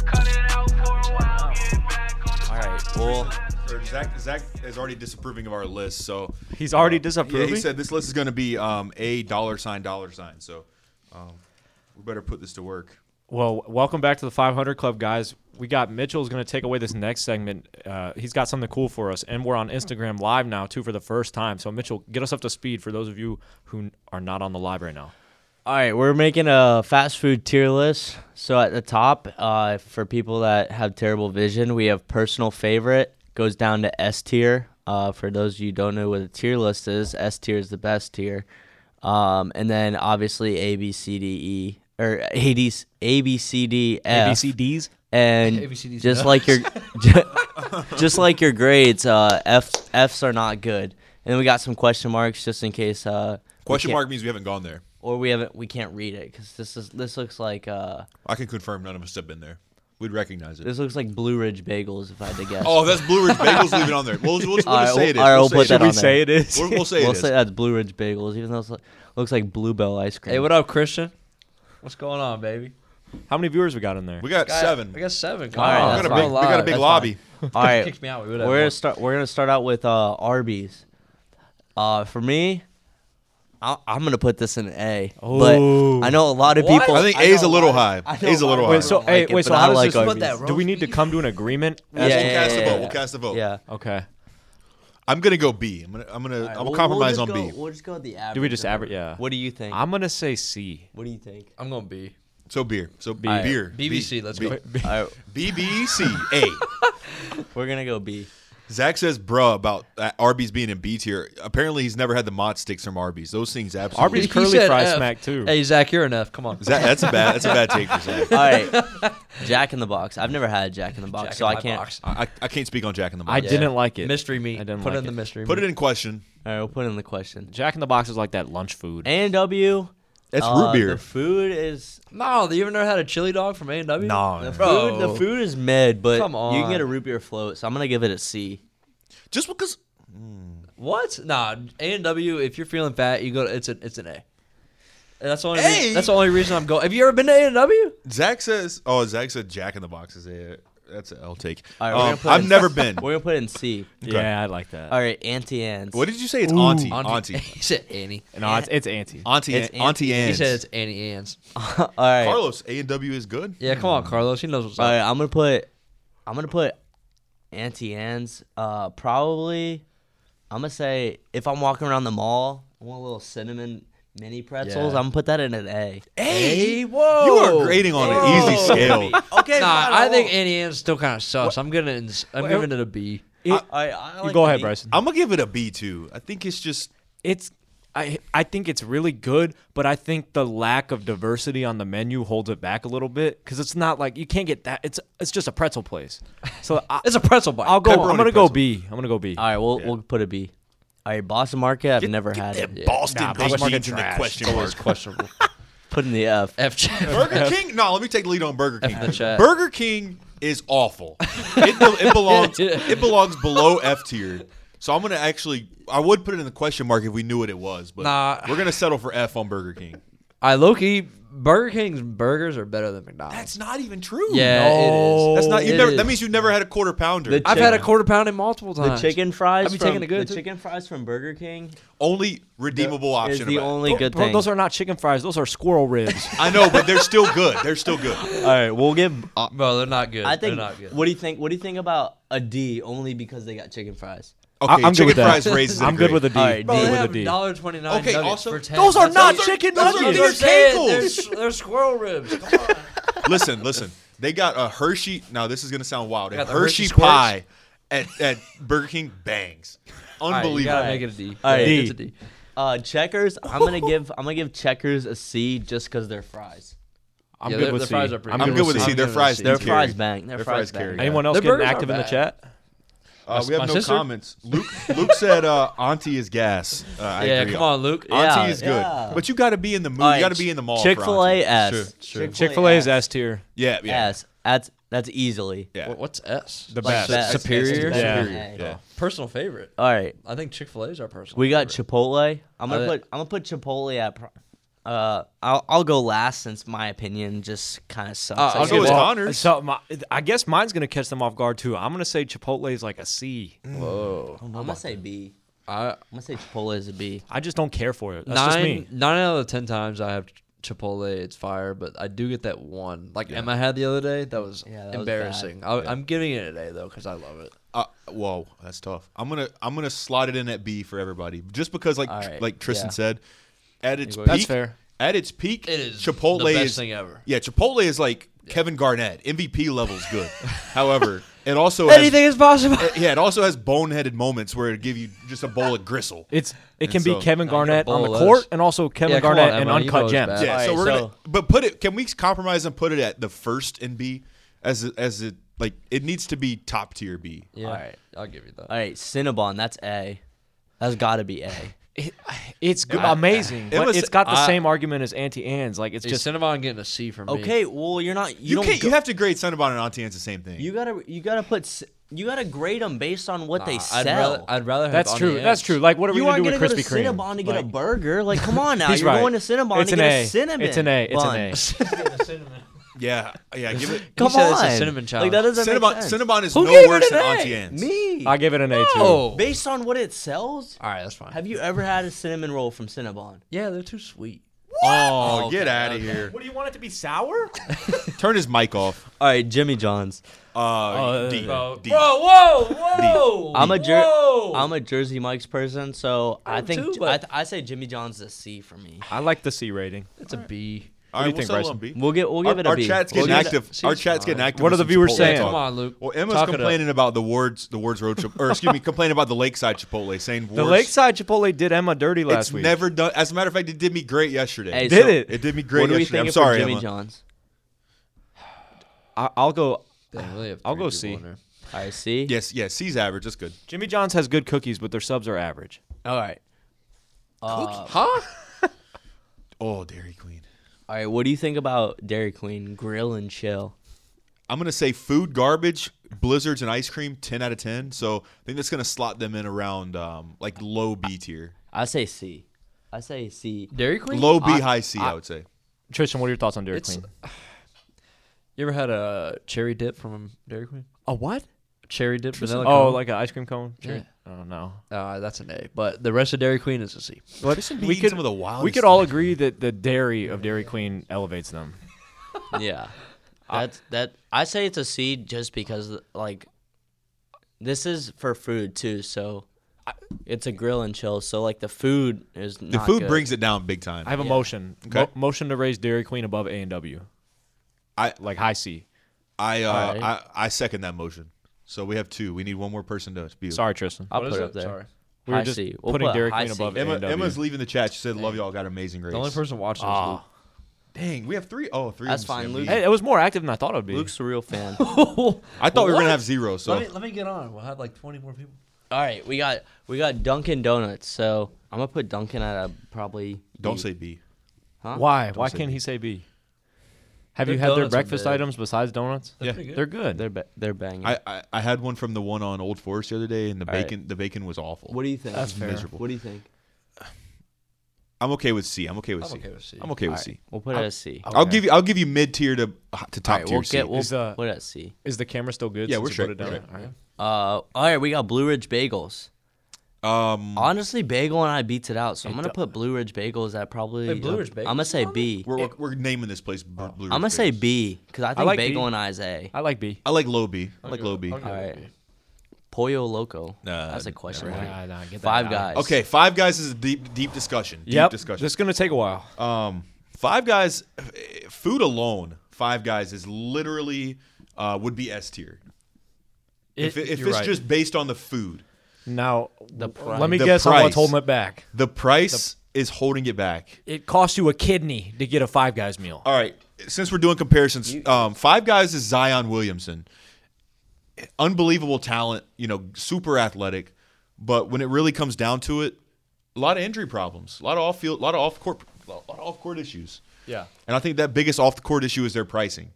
Cut it out for a while, get back on the
All right. Well,
Or Zach, Zach is already disapproving of our list, so
He's already
Um, yeah,
disapproving.
he said this list is going to be um, a dollar sign dollar sign. So um, we better put this to work.
well, welcome back to the 500 Club, guys. We got Mitchell's going to take away this next segment. Uh, he's got something cool for us, and we're on Instagram live now too for the first time. So Mitchell, get us up to speed for those of you who n- are not on the live right now.
all right. We're making a fast food tier list. So at the top, uh, for people that have terrible vision, we have personal favorite goes down to S tier. Uh, for those of you who don't know what a tier list is, S tier is the best tier. Um, and then obviously A B C D E or A D A B C D F.
ABCDs.
and
ABCD's
just like your ju- just like your grades uh f f's are not good and then we got some question marks just in case uh we
Question
can't-
mark means we haven't gone there.
or we haven't we can't read it because this is this looks like uh
I can confirm none of us have been there. We'd recognize it.
this looks like blue ridge bagels if i had to guess
Oh, that's Blue Ridge Bagels. Leave it on there. We'll, we'll, we'll just
All right,
say it is.
all right, we'll put
say
that
it
on
is.
We say it is.
We'll, we'll say
we'll
it is.
say that's blue ridge bagels even though it looks like bluebell ice cream
Hey, what up, Christian? What's going on, baby?
How many viewers we got in there?
We got
Got-
seven.
I got seven.
All right,
Wow,
we
Oh, that's
got a
fine.
big, we got a big
That's
lobby.
all right
Kicked me out. We
we're
would have
gonna
one.
start we're gonna start out with uh arby's uh for me I- I'm gonna put this in A,
Ooh.
but I know a lot of
What?
people.
Oh. I think A's a
know
little
lot of-
high.
I know
A's a little
lot
high.
Wait,
of people
so
don't
hey,
like it,
wait, so
but I
how does
like
this?
Arby's.
that
do we need to come to an agreement?
Yeah,
we'll cast
yeah, yeah,
a vote.
yeah.
We'll cast a vote.
Yeah.
Okay.
I'm gonna go B. I'm gonna I'm gonna I'm gonna compromise on B.
We'll just go with the average.
Do we just average? Yeah.
What do you think?
I'm gonna say C.
what do you think?
I'm going to be.
So beer. So
All right,
beer.
BBC,
B.
let's
B.
go.
All right,
BBC A.
we're gonna go B.
Zach says, "Bruh," about uh, Arby's being in B tier. Apparently, he's never had the mod sticks from Arby's. Those things absolutely.
Arby's
He
curly
said
fry
F.
smack too.
Hey, Zach, you're an F. Come on.
Zach, that's a bad. That's a bad take for Zach.
All right, Jack in the Box. I've never had Jack in the Box,
Jack
so
in
I
my
can't.
box.
I, I can't speak on Jack in the
I
Box.
didn't like it.
Mystery meat.
I didn't
Put
like
in the
it.
mystery
Put
meat.
it in question.
All right, we'll put in the question.
Jack in the Box is like that lunch food.
A and W.
That's
uh,
root beer.
The food is
No, they even never had a chili dog from A and W.
No.
bro.
food. The food is mid, but
Come
you can get a
on.
root beer float. So I'm gonna give it a C.
Just because.
What? Nah, A and W. If you're feeling fat, you go. To, it's an it's an A. And that's the only. Re- that's the only reason I'm going. Have you ever been to A and W?
Zach says, "Oh, Zach said Jack in the Box is a That's an L take.
All right, we're
Um,
gonna put it
I've
in-
never been.
We're gonna put it in C.
Yeah, I like that.
All right, Auntie Anne's.
What did you say? It's auntie, auntie,
he said Annie.
No, it's, it's anti.
auntie,
It's
Ann- auntie
He
Ann's.
said it's Annie Ann's.
All right,
Carlos A and W is good.
Yeah, come on, Carlos. He knows what's
all
up.
right. I'm gonna put. I'm gonna put Auntie Anne's. Uh, probably. I'm gonna say if I'm walking around the mall, I want a little cinnamon mini pretzels.
Yeah.
I'm gonna put that in an A.
Hey, whoa.
You are grading on an easy scale.
Okay,
Nah,
fine,
I think
won't.
Annie Ann's still kind of sus. I'm gonna, ins- I'm giving it a B.
All right, I
You
like
go
the
ahead,
meat.
Bryson.
I'm gonna give it a B too. I think it's just
It's I I think it's really good, but I think the lack of diversity on the menu holds it back a little bit because it's not like you can't get that. It's it's just a pretzel place. So I,
It's a pretzel bite.
I'll go.
pepperoni
I'm gonna
pretzel.
go B. I'm gonna go B.
All right, we'll we'll put a B. All right, Boston Market. I've never had it.
that Boston
Nah,
baked
Boston
beans in the
trash.
question mark.
questionable.
Put in the uh, F.
F Jeff.
Burger King? No, let me take the lead on Burger King.
the chat.
Burger King is awful. It, be- it belongs it belongs below F tier. So I'm gonna actually I would put it in the question mark if we knew what it was, but
Nah.
we're gonna settle for F on Burger King.
I Loki. Burger King's burgers are better than McDonald's.
That's not even true.
yeah, it is.
That's not you
It
never
is.
that means you never had a quarter pounder.
The-
I've had a quarter pound in multiple
The
times.
chicken fries.
I've been
from,
taking it good,
The
too.
chicken fries from Burger King
only redeemable
is
option.
the
about it.
only good
Bro,
thing.
Those are not chicken fries. Those are squirrel ribs.
I know, but they're still good. They're still good.
All right, we'll give.
Bro, they're not good.
I
they're
think.
not good.
What do you think? What do you think about a D? Only because they got chicken fries.
Okay,
I'm good
chicken
with that.
fries raises. it
I'm good
grade.
with a D.
All right,
Bro,
D.
they
with a
have
D.
dollar twenty nine.
Okay, also-
for 10.
Those are
That's
not
what-
chicken
that's what
nuggets.
I'm saying. They're
They're
s- They're squirrel ribs. Come on.
listen, listen. They got a Hershey. Now this is gonna sound wild. A
got the
Hershey,
Hershey squirts.
pie at, at Burger King bangs.
Alright, you
Unbelievable.
gotta make it a D.
Alright.
Yeah,
D.
It's a D.
Uh, checkers. I'm gonna give. I'm gonna give checkers a C just because they're fries.
I'm
Yeah,
good
their-
with
their
C.
fries are pretty
I'm good with a
I'm
C. Their
giving it a
fries.
C.
do
Their
carry.
fries bang. Their, fries, bang.
carry.
Anyone else
Their
getting
burgers
active
are
in the
bad.
chat?
Uh, we have
my
no
sister?
comments. Luke Luke said uh, Auntie is gas. Uh, I
Yeah,
agree.
come on, Luke.
Auntie
Yeah,
is good,
yeah.
but you got to be in the mood. you got to be in the mall. for
Chick Fil A
Auntie.
S.
Sure.
Chick Fil A is S tier.
Yeah, yeah,
S. That's that's easily.
yeah.
What- What's S?
The
Like
best.
best.
Superior.
Superior?
Yeah.
Yeah.
Yeah.
Personal favorite.
All right.
I think Chick Fil A is our personal.
We got
favorite.
Chipotle. I'm gonna
I-
put I'm gonna put Chipotle at. pro- Uh, I'll I'll go last since my opinion just kind of sucks.
Uh, I'll
guess.
So is
Well,
Connors.
So my, I guess mine's gonna catch them off guard too. I'm gonna say Chipotle is like a C. I
I'm gonna say B.
I,
I'm gonna say Chipotle is a B.
just don't care for it. That's just
nine
me.
nine out of the ten times I have Chipotle, it's fire. But I do get that one, like Emma had the other day. That was
Yeah, that was
embarrassing. I, I'm giving it an A though because I love it.
Uh, whoa, that's tough. I'm gonna I'm gonna slot it in at B for everybody, just because like
Alright,
like Tristan
yeah.
said, at its peak,
That's
fair.
At its peak,
It is
Chipotle
the best
is
thing ever.
Yeah, Chipotle is like Kevin Garnett MVP levels good. However, it also
Anything is possible.
Has, yeah, it also has boneheaded moments where it give you just a bowl of gristle.
It's it
And
can
so-
be Kevin Garnett on
bowl
the
of
court
those.
and also Kevin
Yeah, come
Garnett
on,
and
Emma, you know
Uncut
it's
Gems.
bad.
Yeah,
All
so
right,
we're
so-
gonna but put it. Can we compromise and put it at the first in B as a, as it like it needs to be top tier B.
yeah, all right, I'll give you that.
All right, Cinnabon. That's A. That's gotta be A.
It, it's good, amazing,
It
but
was-
it's got the
I-
same argument as Auntie Anne's. Like it's
Just
just
Cinnabon getting a C for me.
Okay, well you're not. You,
You,
don't.
can't.
go-
you have to grade Cinnabon and Auntie Anne's the same thing.
you gotta you gotta put s- you gotta grade them based on what they
Nah,
sell.
Uh, I'd rather, I'd rather have
that's true.
onion
That's
eggs.
true. Like what are we
you
gonna
aren't
do
gonna
with
go to
Krispy Kreme?
Cinnabon to get
Like,
a burger. Like, come on now.
He's
You're
right.
going to Cinnabon
It's
to
an
get
A.
a cinnamon.
It's an A. It's an
bun.
A.
yeah, yeah. Give it.
Come
said it's a
on.
cinnamon
Like
challenge.
that doesn't
Cinnabon,
make sense.
Cinnabon is
Who
no
gave it
worse
an
than
A?
Auntie Anne's.
Me.
I give it an A too.
Oh,
Based on what it sells,
all right, that's fine.
have you ever had a cinnamon roll from Cinnabon?
yeah, they're too sweet.
Oh,
Okay,
get out of
okay.
here.
What do you want it to be sour?
Turn his mic off.
All right, Jimmy John's.
Uh, D,
Bro,
D.
bro, whoa, whoa!
I'm a Jer-
Whoa.
I'm a Jersey Mike's person, so I
am
think
too,
I,
but-
th- I say Jimmy John's a C for me.
I like the C rating.
It's a B.
All
do you
right, we'll
think,
settle
Bryson?
on B.
We'll get we'll give
our,
it a
our
B.
chat's
We'll
getting
give it a-
active.
C's
Our chat's
fine.
getting active.
What are
with
the
some
viewers
Chipotle
saying?
talk.
Come on, Luke.
Well, Emma's
Talk it up.
complaining about the Ward's, the Ward's Road Chipotle, or excuse me, complaining about the Lakeside Chipotle, saying
The
Ward's,
Lakeside Chipotle did Emma dirty last
It's
week.
never done. As a matter of fact, it did me great yesterday.
Hey,
Did
so
it?
It did me
What
great
do we
yesterday.
think
I'm
for
sorry,
Jimmy
Emma.
John's?
I, I'll go.
Damn, we have
I'll
three
go
people
C.
in there.
All right, C.
Yes, yes, C's average. That's good.
Jimmy John's has good cookies, but their subs are average.
All right.
Huh?
Oh, Dairy Queen.
All right. What do you think about Dairy Queen Grill and Chill?
I'm gonna say food garbage, blizzards, and ice cream. Ten out of ten. So I think that's gonna slot them in around um, like low B tier,
I say C. I say C.
Dairy Queen.
low B, high C. I would say.
Tristan, what are your thoughts on Dairy
It's-
Queen?
You ever had a cherry dip from Dairy Queen?
A what?
Cherry dip vanilla.
oh,
cone?
like an ice cream cone?
Yeah.
Oh no.
Uh, that's an A. But the rest of Dairy Queen is a C.
What?
be eating some of the wildest
We could all
things,
agree that the dairy of Dairy Queen elevates them.
yeah. That's that I say it's a C just because like this is for food too, so it's a grill and chill, so like the food is
The food brings it down big time.
I have a
Yeah.
motion.
Okay.
Mo- motion to raise Dairy Queen above A and W.
I-
like high C.
I uh,
Alright.
I, I second that motion. So we have two. We need one more person to speak.
Sorry, Tristan.
I'll
What
put
is
it
it?
up there.
Sorry.
We were
high
just
C. We'll
putting
put
Dairy
high
Queen
C.
above A
Emma,
and W.
Emma's leaving the chat. She said, "Love y'all." Got amazing grades.
The only person watching this.
Ah.
Dang, we have three. Oh, three.
That's
of us.
fine,
Yeah, we-
Luke.
Hey, it was more active than I thought it would be.
Luke's a real fan.
I thought we were gonna have zero. So
Let me let me get on. We'll have like 20 more people.
All right, we got we got Dunkin' Donuts, so I'm gonna put Dunkin' at a probably
don't
B.
say B.
Why? Why
say
can't
B.
he say B? Have
Their
you had their
donuts are
breakfast
big.
items besides donuts?
Yeah.
pretty
They're good.
they're ba- they're banging.
I, I I had one from the one on Old Forest the other day, and the
Alright.
bacon the bacon was awful.
what do you think?
That's fair. miserable.
What do you think?
I'm okay with C. I'm okay with
I'm
C.
okay with C.
I'm okay with C.
We'll put it at a C.
I'll give you I'll give you mid tier to to top
All right,
tier
we'll
C.
get we'll
Is, uh,
put it at C.
Is the camera still good?
Yeah,
since
we're
you
straight,
put it down?
we're
All right.
Uh, all right, we got Blue Ridge Bagels.
um,
Honestly, Bagel and I beats it out, so I'm gonna put Blue Ridge Bagels at probably.
Wait, Blue Ridge
I'm gonna
Bagels
say B.
we're, we're, we're naming this place. Blue Ridge
I'm gonna say
Bagels.
B because I think
like
Bagel
B.
and I is A.
I like B.
I like low B. I like
go-
low B.
I'll go-
All
Yeah,
right, Pollo Loco.
Nah,
That's a question
Nah,
mark.
nah, get that
Five
out.
Guys.
Okay, Five Guys is a deep deep discussion. Deep
Yep.
discussion.
This is gonna take a while.
Um, Five Guys, eh, food alone, Five Guys is literally uh, would be S tier. If, it- if
you're
it's
right.
just based on the food,
now,
The price.
let me
The
guess on what's
price.
holding it back.
the price is holding it back.
It costs you a kidney to get a Five Guys meal.
All right, since we're doing comparisons, um, Five Guys is Zion Williamson, unbelievable talent, you know, super athletic, but when it really comes down to it, a lot of injury problems, a lot of off field, a lot of off court, a lot of off court issues.
Yeah.
And I think that biggest off the court issue is their pricing.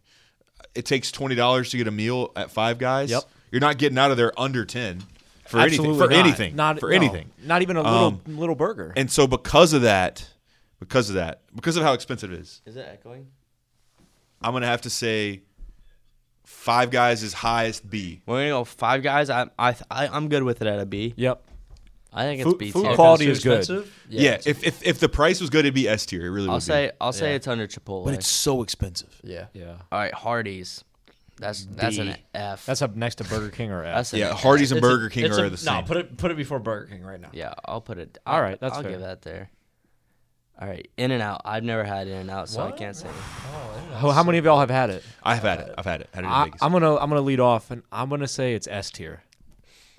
It takes twenty dollars to get a meal at Five Guys.
Yep.
You're not getting out of there under ten for anything.
Absolutely
For
not.
anything.
Not
for
no,
anything.
Not even a little
Um,
little burger.
And so because of that, because of that, because of how expensive it is,
Is it echoing?
I'm gonna have to say Five Guys is highest B.
We're gonna go Five Guys. I I th- I I'm good with it at a B.
yep.
I think it's
Food,
B.
food
tier.
quality is good.
Yeah. if, if if the price was good, it'd be S tier. It really
I'll
would
say I'll say
Yeah.
it's under Chipotle.
be. It's so expensive.
Yeah.
Yeah.
all right, Hardee's. That's that's an
B.
F.
That's up next to Burger King or F.
that's an
Yeah,
F.
Hardee's and Burger King are the
No,
same.
put it put it before Burger King right now.
Yeah, I'll put it.
All
I'll,
right, that's
I'll
fair.
give that there. All right, In and Out. I've never had In and Out, so I
What?
can't say.
How, how many of y'all have had it?
I've had it. I've had it. Had it in
I,
Vegas.
I'm gonna I'm gonna lead off and I'm gonna say it's S tier.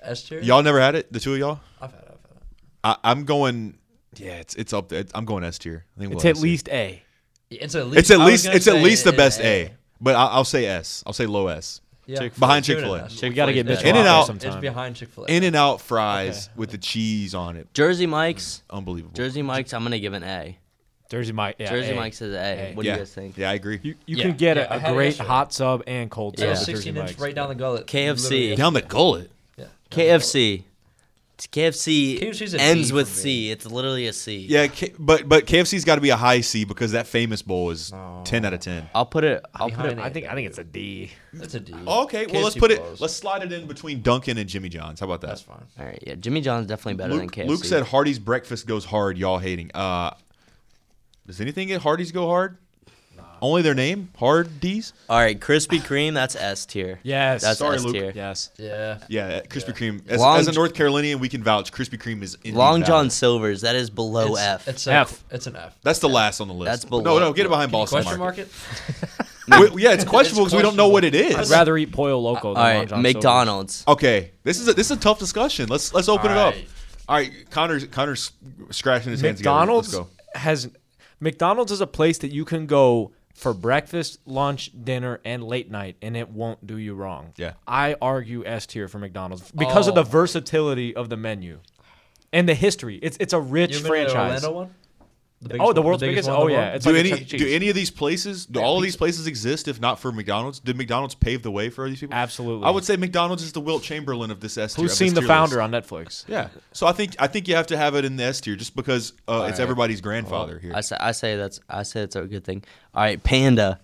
S tier.
y'all never had it? The two of y'all?
I've had it. I've had it.
I, I'm going. Yeah, it's it's up there. I'm going S tier. I think we'll
It's
have
at
to see.
least A.
Yeah, It's at least.
It's at
I was
least
gonna
it's at
say
least the
an
best A, but I, I'll say S. I'll say low S.
Yeah.
Chick-
Behind
Give it an
Chick-fil-A.
S.
We gotta get
Chick-fil-A's
Mitch
In and out.
It's
sometime.
behind Chick Fil A.
In and out fries with the cheese on it.
Jersey Mike's.
Unbelievable.
Jersey Mike's. I'm gonna give an A.
Jersey Mike. Yeah,
Jersey
A.
Mike's is
A.
A. What
yeah.
do you guys think?
Yeah, I agree.
You, you
Yeah.
can get
Yeah, I
a,
had
a
it
great
yesterday.
hot sub and cold sub.
Yeah.
at
Yeah.
Jersey
16 inch
Mike's.
right down the gullet.
KFC.
Literally.
Down the gullet.
Yeah.
KFC. KFC,
KFC's a
ends
B
with
for me.
C. It's literally a C.
Yeah, K- but but KFC's got to be a high C because that famous bowl is ten out of ten.
I'll put it. I'll put it.
Behind
I think I think it's a D.
That's a D.
Okay, well let's
KFC
put it.
blows.
Let's slide it in between Dunkin' and Jimmy John's. How about that?
That's fine.
All right. Yeah. Jimmy John's definitely better
Luke,
than KFC.
Luke said Hardy's breakfast goes hard. Y'all hating. Uh, does anything at Hardy's go hard? Only their name, Hardee's.
All right, Krispy Kreme, that's S tier.
Yes.
that's
Sorry,
S
Luke.
tier.
Yes.
Yeah.
Yeah, uh, Krispy Kreme. As,
Long
as a
J-
North Carolinian, we can vouch Krispy Kreme is in
Long
the
John
valley.
Silver's, that is below
it's,
F.
It's a,
F.
It's an F.
That's the last on the list.
That's
No,
below-
no, get it behind Boston
Question
Market.
mark it.
We- yeah, it's questionable because we don't know what it
I'd
is.
rather eat Pollo Loco.
All
than Long
right,
John Silver's.
McDonald's.
Okay, this is a, this is a tough discussion. Let's let's open it up.
Alright.
All right, Connor's Connor's scratching his hands
McDonald's
together. Let's go.
has McDonald's is a place that you can go for breakfast, lunch, dinner, and late night, and it won't do you wrong.
Yeah.
I argue S tier for McDonald's because of the
Oh.
versatility of the menu and the history. It's it's a rich
You remember the
franchise.
Orlando one? The biggest
Oh, the
one-
world's biggest.
one in
oh
the
yeah,
world?
it's
Do
like a Chuck
any
E. Cheese.
do any of these places? Do all of these places exist if not for McDonald's? Did McDonald's pave the way for these people?
Absolutely.
I would say McDonald's is the Wilt Chamberlain of this S tier.
Who's
of this
seen the
tier
founder
list.
on Netflix?
Yeah. So I think I think you have to have it in the S tier just because uh, it's everybody's grandfather here.
I say I say that's I say it's a good thing. All right, Panda.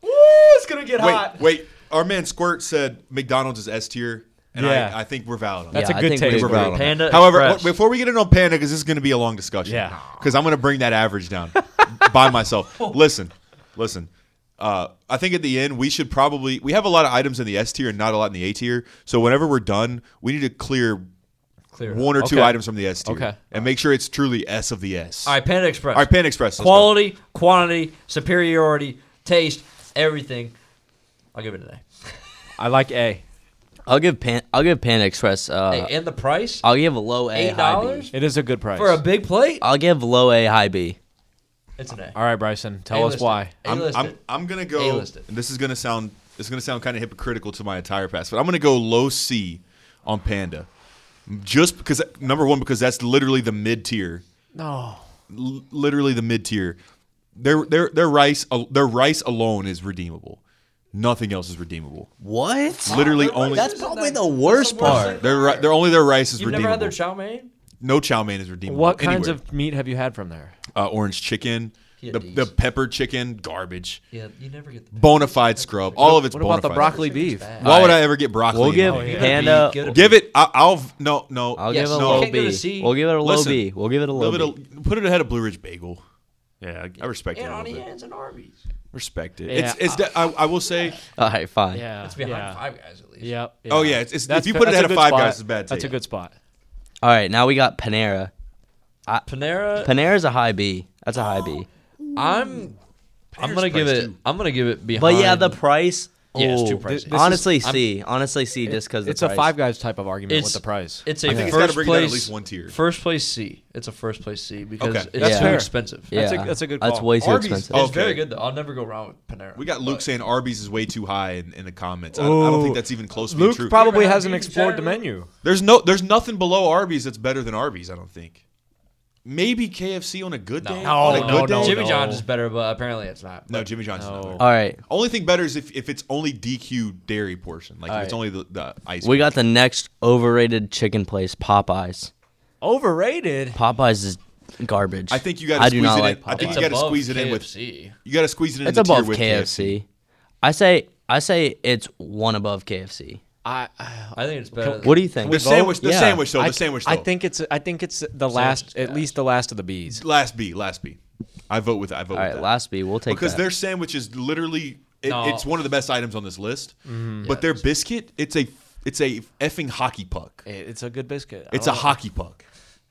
Woo,
It's gonna get
wait,
hot.
wait. Our man Squirt said McDonald's is S tier, and
Yeah.
I, I think we're valid on
That's
that.
a good
I think we
take.
we're
agree.
valid on
Panda
that. However,
Express.
wh- before we get in on Panda, because this is going to be a long discussion.
Yeah.
Because I'm going to bring that average down by myself. Listen, listen. Uh, I think at the end we should probably we have a lot of items in the S tier and not a lot in the A tier. So whenever we're done, we need to clear,
Clear.
one or two
Okay.
items from the S tier,
Okay.
and make sure it's truly S of the S.
All right, Panda Express.
All right, Panda Express. let's go.
Quality, quantity, superiority, taste, everything. I'll give it an A.
I like A.
I'll give Pan. I'll give Pan Express. Uh,
Hey, and the price?
I'll give a low A
Eight
high B.
dollars
It is a good price.
for a big plate?
I'll give low A high B.
It's an A.
All right, Bryson, tell us
A-listed.
why.
I'm, I'm,
A-listed.
I'm gonna go.
A-listed.
and This is gonna sound it's gonna sound kind of hypocritical to my entire past, but I'm gonna go low C on Panda, just because number one because that's literally the mid tier,
No.
L- literally the mid tier. Their their their rice al- their rice alone is redeemable. Nothing else is redeemable.
What?
Literally only
That's probably the worst part.
their ri- their only their rice is
You've never
redeemable.
had their chow mein?
no chow mein is redeemable.
What kinds
anywhere.
of meat have you had from there?
uh, orange chicken?
He
The,
had
the
these.
pepper chicken garbage,
Yeah, you never get the
bona fide scrub. All of it's
What about the
bona fide.
broccoli beef?
Why would I ever get broccoli?
We'll
in
give
my name?
Panda.
Give it a
Give it. I, I'll no no.
I'll
Yes,
give it a
no.
low
Can't go to
B.
C.
We'll give it a low
Listen.
B. We'll give it a low
Little bit
B.
of- put it ahead of Blue Ridge Bagel. Yeah, I respect it
And
a
on
little bit.
hands and Arby's.
Respect it.
Yeah,
it's it's. de- I, I will say.
All right, fine.
Yeah.
It's behind five guys at least.
Yep.
Oh, yeah, it's- it's- if you put it
that's
ahead
a
of
good
Five
spot.
Guys, it's a bad
That's a
take.
good spot.
All right, now we got Panera.
Panera.
Panera's a high B. That's a high B.
I'm. I'm gonna give
priced
it. I'm gonna give it behind.
But yeah, the price.
Yeah, it's too
oh,
pricey.
is-
honestly, C. honestly, C. just because
It's
the
a
price.
Five Guys type of argument
It's-
with the price.
It's a
I think it's gotta
first
bring it down at
place.
least one tier.
First place C. It's a first place C because
Okay,
it's
that's
too
fair.
expensive.
Yeah,
That's a- that's a good
That's
call.
way too
Arby's-
expensive.
It's
Okay.
very good though. I'll never go wrong with Panera.
We got Luke
but-
saying Arby's is way too high in, in the comments. I, I don't
Ooh.
think that's even close to being true.
Luke probably
Abraham
hasn't
Lincoln
explored the
General.
menu.
there's no there's nothing below Arby's that's better than Arby's. I don't think. Maybe KFC on a good day.
No,
on a
no,
good
no,
day?
Jimmy
no.
John's is better, but apparently it's not.
No, Jimmy John's. is not
No.
better.
All right,
Only thing better is if, if it's only DQ dairy portion. Like if it's
All
only the, the ice.
we
cream.
got the next overrated chicken place, Popeyes.
Overrated.
Popeyes is garbage.
I think you got to
I do
squeeze
not
it
like
in. I
Popeyes.
think
It's
you got to
above
squeeze it in with.
KFC.
You got to squeeze it in.
It's
the tier
above
with
KFC. I say I say it's one above KFC.
I,
I think it's better.
What do you think?
The sandwich, the sandwich though,
I,
the sandwich though.
I think it's I think it's the last at least the last of the bees.
last B, last B. I vote with I vote
All
with
right,
that.
last B. We'll take
because
that.
their sandwich is literally it,
No.
it's one of the best items on this list. But
Yeah,
their biscuit, Mm-hmm. it's a it's a effing hockey puck.
It's a good biscuit. I
It's a
Oh.
don't know.
hockey puck.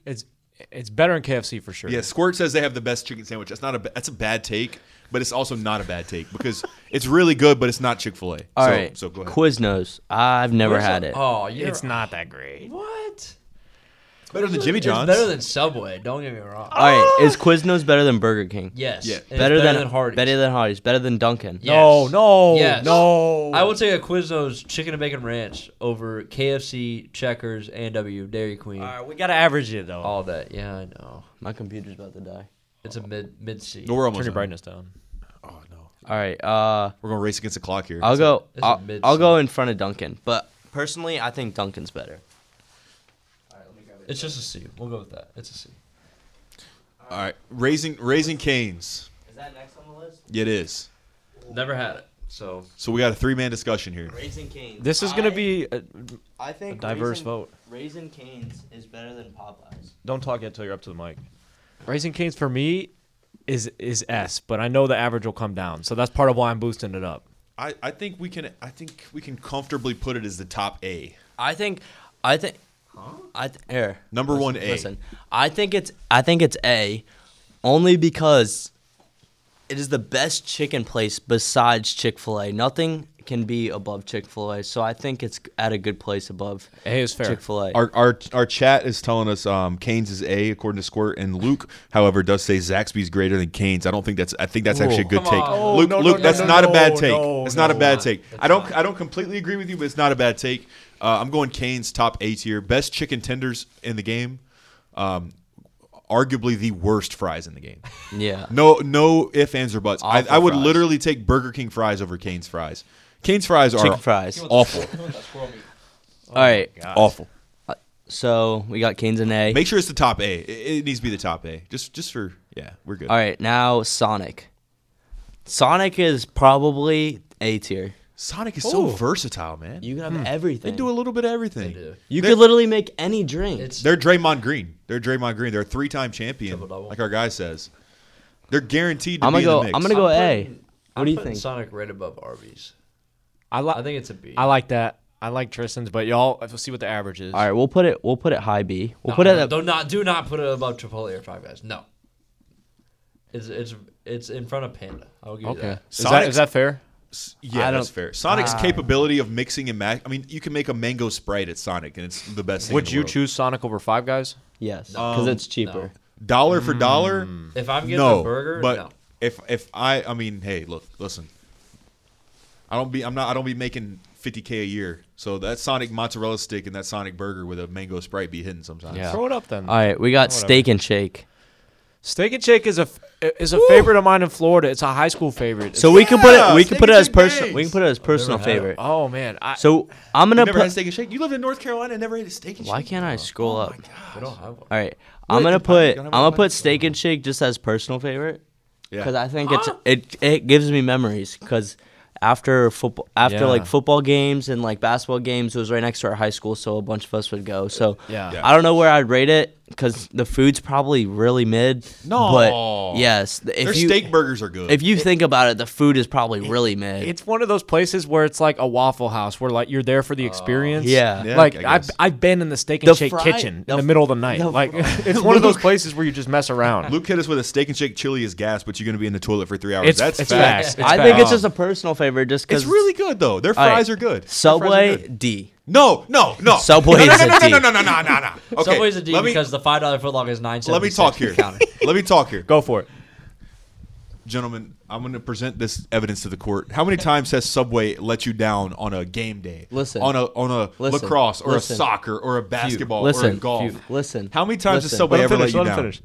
It's it's better than KFC for sure.
Yeah, Squirt says they have the best chicken sandwich. That's not a ba- that's a bad take, but it's also not a bad take because it's really good, but it's not Chick Fil A.
All
so,
right,
so go ahead.
Quiznos. I've never
Where's
had
the-
it.
Oh, you're,
It's not that great.
What?
Better than Jimmy John's.
It's better than Subway. Don't get me wrong.
All right, is Quiznos better than Burger King?
yes.
Yeah.
it is
better, than,
Hardee's.
Better than Hardee's. Better than Dunkin'.
Yes.
No, no,
Yes.
no.
I would say a Quiznos chicken and bacon ranch over KFC, Checkers, A&W, Dairy Queen, All
All right, we gotta average it though.
all that. Yeah, I know.
My computer's about to die.
It's a mid mid C.
No, we're
Turn
almost.
your
done.
brightness down.
All right. Uh,
We're gonna race against the clock here.
I'll
So-
go.
this is
I'll,
mid
I'll go
summer.
in front of Dunkin'. But personally, I think Dunkin's better.
It's just a C. We'll go with that. It's a C.
All right, raising raising canes.
Is that next on the list?
It is.
Never had it. So
So we got a three man discussion here.
Raising Cane's.
This is gonna be. uh, A,
I think
a diverse Raisin- vote.
Raisin Cane's is better than Popeyes.
don't talk yet till you're up to the mic. Raising Cane's for me is is S, but I know the average will come down, so that's part of why I'm boosting it up.
I, I think we can I think we can comfortably put it as the top A.
I think. I think. I th- here.
Number
listen,
one A.
Listen, I think it's. I think it's A, only because it is the best chicken place besides Chick Fil A. Nothing can be above Chick Fil A, so I think it's at a good place above
A is fair.
Chick Fil A.
Our our our chat is telling us um Canes is A according to Squirt and Luke, however, does say Zaxby's greater than Canes. I don't think that's I think that's actually a good
Come
take.
on.
Luke,
no,
Luke,
no,
that's
no,
not a
no,
bad take.
no,
it's not a
no.
bad take.
It's
I don't
not.
I don't completely agree with you, but it's not a bad take. Uh, I'm going Canes top A tier, best chicken tenders in the game. Um arguably the worst fries in the game.
yeah.
No, no ifs, ands, or buts. I,
Awful
I would
fries.
literally take Burger King fries over Cane's fries. Cane's fries are
Chicken fries.
awful,
Oh
All right.
awful.
So we got Canes and A.
Make sure it's the top A. It, it needs to be the top A. Just, just for yeah, we're good.
All right, now Sonic. Sonic is probably A tier.
Sonic is
Oh.
so versatile, man.
You can have everything.
Hmm. they do a little bit of everything.
They do.
you
They-
could literally make any drink.
It's
They're Draymond Green. They're Draymond Green. They're a three-time champion,
Double-double.
like our guy says. They're guaranteed to
I'm
be
gonna
in
go.
the mix.
I'm gonna go A.
putting-
What
I'm
do you
putting
think?
Sonic right above Arby's.
I, li-
I think it's a B.
I like that. I like Tristan's, but y'all, we'll see what the average is.
All right, we'll put it. We'll put it high B. We'll
No,
put it.
no,
At,
do not do not put it above Chipotle or Five Guys. No. It's it's it's in front of Panda. I'll give you
Okay.
that.
Is that, is
Sonic's-
that fair?
Yeah,
I
that's
don't- Ah.
fair. Sonic's capability of mixing and match. I mean, you can make a mango sprite at Sonic, and it's the best. thing in
Would
the
you
world.
choose Sonic over Five Guys?
yes, because
Um,
it's cheaper.
dollar for dollar?
Mm. If I'm getting
No,
a burger,
but
no.
if if I, I mean, hey, look, listen. I don't be. I'm not. I don't be making 50k a year. So that Sonic mozzarella stick and that Sonic burger with a mango sprite be hitting sometimes.
Yeah. Throw it up then.
All right, we got Steak and Shake.
Steak and Shake is a f- is a favorite of mine in Florida. It's a high school favorite.
So
It's-
we could put it.
Yeah,
We could
Steak
put it
and
as
Shake
personal.
days.
We can put it as personal
had it.
favorite.
oh man, I,
So I'm
You
gonna
never had
put.
steak and shake. You live in North Carolina and never ate a steak and shake.
Why can't I
Oh
scroll up?
We don't have one.
All right, I'm
Wait,
gonna
you probably
put.
don't
I'm
have a
gonna
plan.
put Steak and Shake just as personal favorite.
Yeah.
because I think it's it it gives me memories because after football after
Yeah.
like football games and like basketball games it was right next to our high school so a bunch of us would go so
Yeah. Yeah.
I don't know where I'd rate it because the food's probably really mid
No.
but yes th- if
Their
you
steak burgers are good.
if you think about it the food is probably really mid
it's one of those places where it's like a Waffle House, where like you're there for the experience.
yeah.
Yeah,
like
I
I've,
guess.
I've been in the steak and
The
shake
fry-
kitchen
the
in the
f-
middle of the night.
the
like
fr-
it's one of those
Luke.
places where you just mess around.
Luke hit us with a steak and shake chili is gas, but you're gonna be in the toilet for three hours.
It's-
That's
it's
facts.
facts.
I think
bad.
it's just a personal favorite just because
It's really good though. Their
All right.
fries are good. Their fries are
Subway
good.
D
No, no, no.
Subway
no, no,
is
no,
a
no,
D.
No, no, no, no, no, no. Okay.
Subway's a D
let me,
because the five dollar footlong is nine.
let me talk here. let me talk here,
Go for it.
gentlemen. I'm going to present this evidence to the court. How many times has Subway let you down on a game day?
Listen.
on a on a
Listen.
lacrosse or
Listen.
a soccer or a basketball or a
listen
golf.
listen
How many times
listen.
has Subway
Let him
ever
finish,
let you
let him
down?
finish.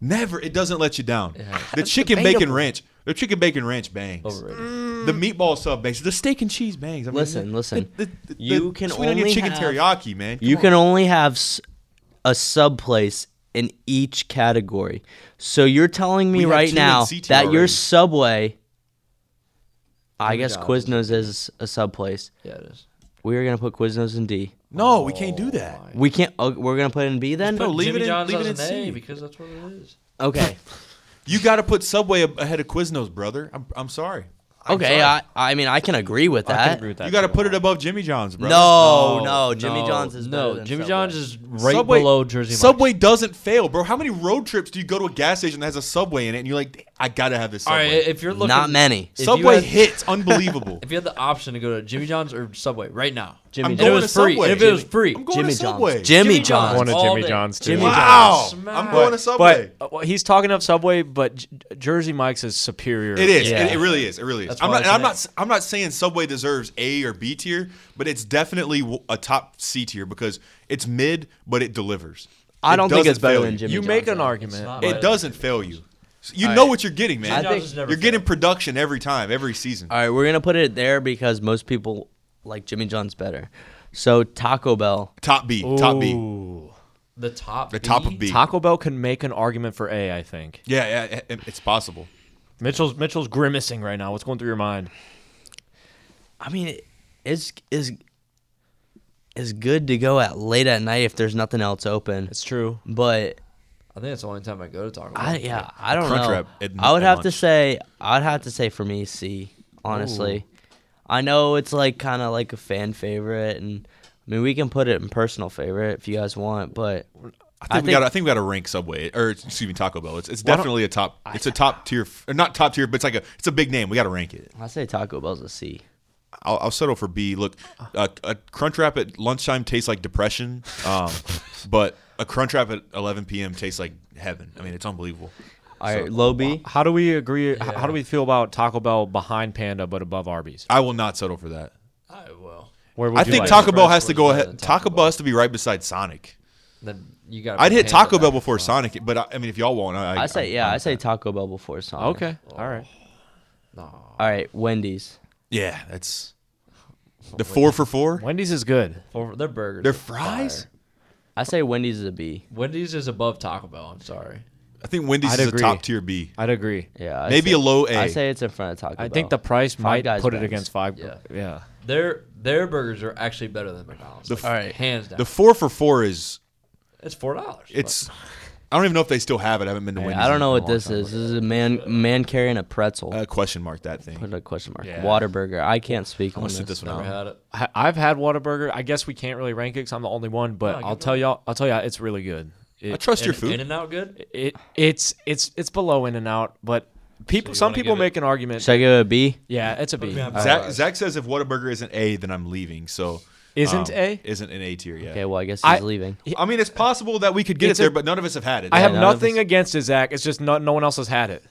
Never. It doesn't let you down. The chicken bacon ranch. The chicken bacon ranch bangs. Mm. The meatball sub bangs. The steak and cheese bangs. I mean,
Listen,
the-
listen.
the- the- the
You can
sweet onion
only
chicken
have-
teriyaki, man.
You can only have s- a sub place in each category. So you're telling me
We have
right
two
now
in CT
that your
already.
Subway, I guess
God.
Quiznos is a sub place.
Yeah, it is.
We are gonna put Quiznos in D.
no, we can't do that.
We can't. Oh, we're gonna put it in B then.
No, leave
Jimmy
it in-
John's
leave it
has
in
an A
C.
because that's what it is.
Okay.
You got to put Subway ab- ahead of Quiznos, brother. I'm, I'm sorry.
Okay. I, I mean I can agree with that.
I can agree with that.
you got to
too.
put it above Jimmy John's, brother.
No, no, Oh, Jimmy John's is better
no.
than
Jimmy
Subway.
John's is right
Subway-
below Jersey. Mike's.
Subway doesn't fail, bro. How many road trips do you go to a gas station that has a Subway in it, and you're like, I gotta have this
All right,
Subway.
if you're looking,
Not many.
if you
Subway
had-
hits, unbelievable.
If you had the option to go to Jimmy John's or Subway right now,
Jimmy
I'm
and it
going
John's.
was
to
free,
Subway.
and if it was free,
I'm going
Jimmy
to Subway.
John's. Jimmy
I
John's.
John's.
want a
all
Jimmy
day.
John's too.
Jimmy
wow,
John's.
I'm
Smack.
going to Subway.
But uh, well, he's talking of Subway, but J- Jersey Mike's is superior.
It is.
Yeah.
It, it really is. It really is.
That's
I'm
why
not.
it's
I'm
an
not.
A.
s- I'm not saying Subway deserves A or B tier, but it's definitely w- a top C tier because it's mid, but it delivers.
I
It
don't think
doesn't
it's better
fail
than
you.
Jimmy
You
John's.
make an
though.
argument.
not
It
Right.
doesn't fail you. So You know what you're getting, man.
Jimmy
I think-
John's is never
You're getting
failed.
production every time, every season.
All right, we're gonna put it there because most people like Jimmy John's better. So Taco Bell.
Top B, top B,
Ooh.
the top,
the top of B.
Taco Bell can make an argument for A. I think
Yeah, yeah, it- it's possible.
Mitchell's Mitchell's grimacing right now. What's going through your mind?
I mean, it- it's is is good to go at late at night if there's nothing else open.
It's true.
But
I think that's the only time I go to Taco Bell.
I yeah, I don't
Crunch
know.
wrap at-
I would
at
have to
lunch.
say I'd have to say for me C. Honestly, I know it's like kind of like a fan favorite, and I mean we can put it in personal favorite if you guys want, but
I think,
I
we
think-
got. I think we got to rank Subway or excuse me, Taco Bell. It's, it's
Why don't-
definitely a top. It's a top tier, f- or not top tier, but it's like a. It's a big name. We got to rank it.
I say Taco Bell's a C.
I'll, I'll settle for B. Look, uh, a crunch wrap at lunchtime tastes like depression, um, but a crunch wrap at 11 p.m. tastes like heaven. I mean, it's unbelievable.
All right, low B.
How do we agree? h- How do we feel about Taco Bell behind Panda but above Arby's?
I will not settle for that.
I will.
Where would
I
you
think
like
Taco
it?
Bell
Express
has to
was
go
better
ahead.
than Taco
Taco Bell has to be right beside Sonic.
Then you got.
I'd hit Taco Bell before Sonic, but I, I mean, if y'all want, I,
I say yeah,
I'm-
I say Taco Bell before Sonic.
Okay.
Oh.
All right.
No,
All right, Wendy's.
yeah. That's
Oh,
the four for four.
Wendy's is good.
for their burgers.
Their
are
fries?
fire.
I say Wendy's is a B.
Wendy's is above Taco Bell. I'm sorry.
I think Wendy's
I'd
is
agree.
a top tier B.
I'd agree.
Yeah, I
Maybe
say,
a low A.
I say it's in front of Taco Bell.
I think the price might
Guys
put it
bangs.
against five.
Yeah.
yeah.
Their their burgers are actually better than McDonald's.
The
Like,
f-
all right, hands down.
The four for four is
it's four dollars.
it's. I don't even know if they still have it. I haven't been to
Hey,
Wendy's.
I don't
in
know
a
what
long
this
time.
is. This is a man man carrying a pretzel.
Uh, question mark that thing.
Put a question mark.
Yeah.
Whataburger. I can't speak
I'm gonna
on this.
sit this one
Never
out.
had it.
I- I've had Whataburger. I guess we can't really rank it because I'm the only one, but
No,
I'll
give
tell y'all. I'll tell y'all, it's really good. It,
I trust your
In
food.
and out good.
it it's it's it's below In and Out, but people
you
some
wanna
people
give it-
make an argument.
Should I give it a B?
yeah, it's a B.
Yeah,
Uh,
Zach, Zach says if Whataburger isn't A, then I'm leaving. So
Isn't
um,
A?
isn't an A tier yet.
Okay, well I guess he's
I-
leaving.
I mean, it's possible that we could get it
It's a-
there, but none of us have had it.
I have
none of
nothing
us-
against it, Zach. It's just not, no one else has had it.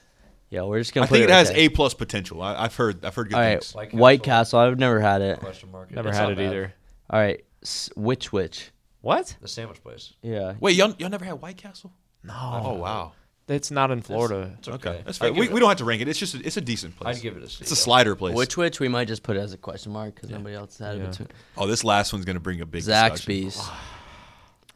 Yeah, we're just
I
gonna. put
think it
right
has
there.
A plus potential. I, I've heard. I've heard good
All right,
things.
White
White
Castle.
Castle. I've never had it.
Question mark.
Never
It's
had
not
it
bad.
either.
All right, s- which which?
What?
The sandwich place.
Yeah.
Wait, y'all, y'all never had White Castle?
No,
Oh wow.
it's not in Florida.
It's
Okay,
okay.
that's
I'd
fine.
give
We,
it-
we don't have to rank it. It's just a, it's a decent place.
I'd give it a C.
It's a slider place.
Which which we might just put it as a question mark because nobody else had it.
Yeah.
between-
oh, this last one's gonna bring a big discussion.
Zaxby's.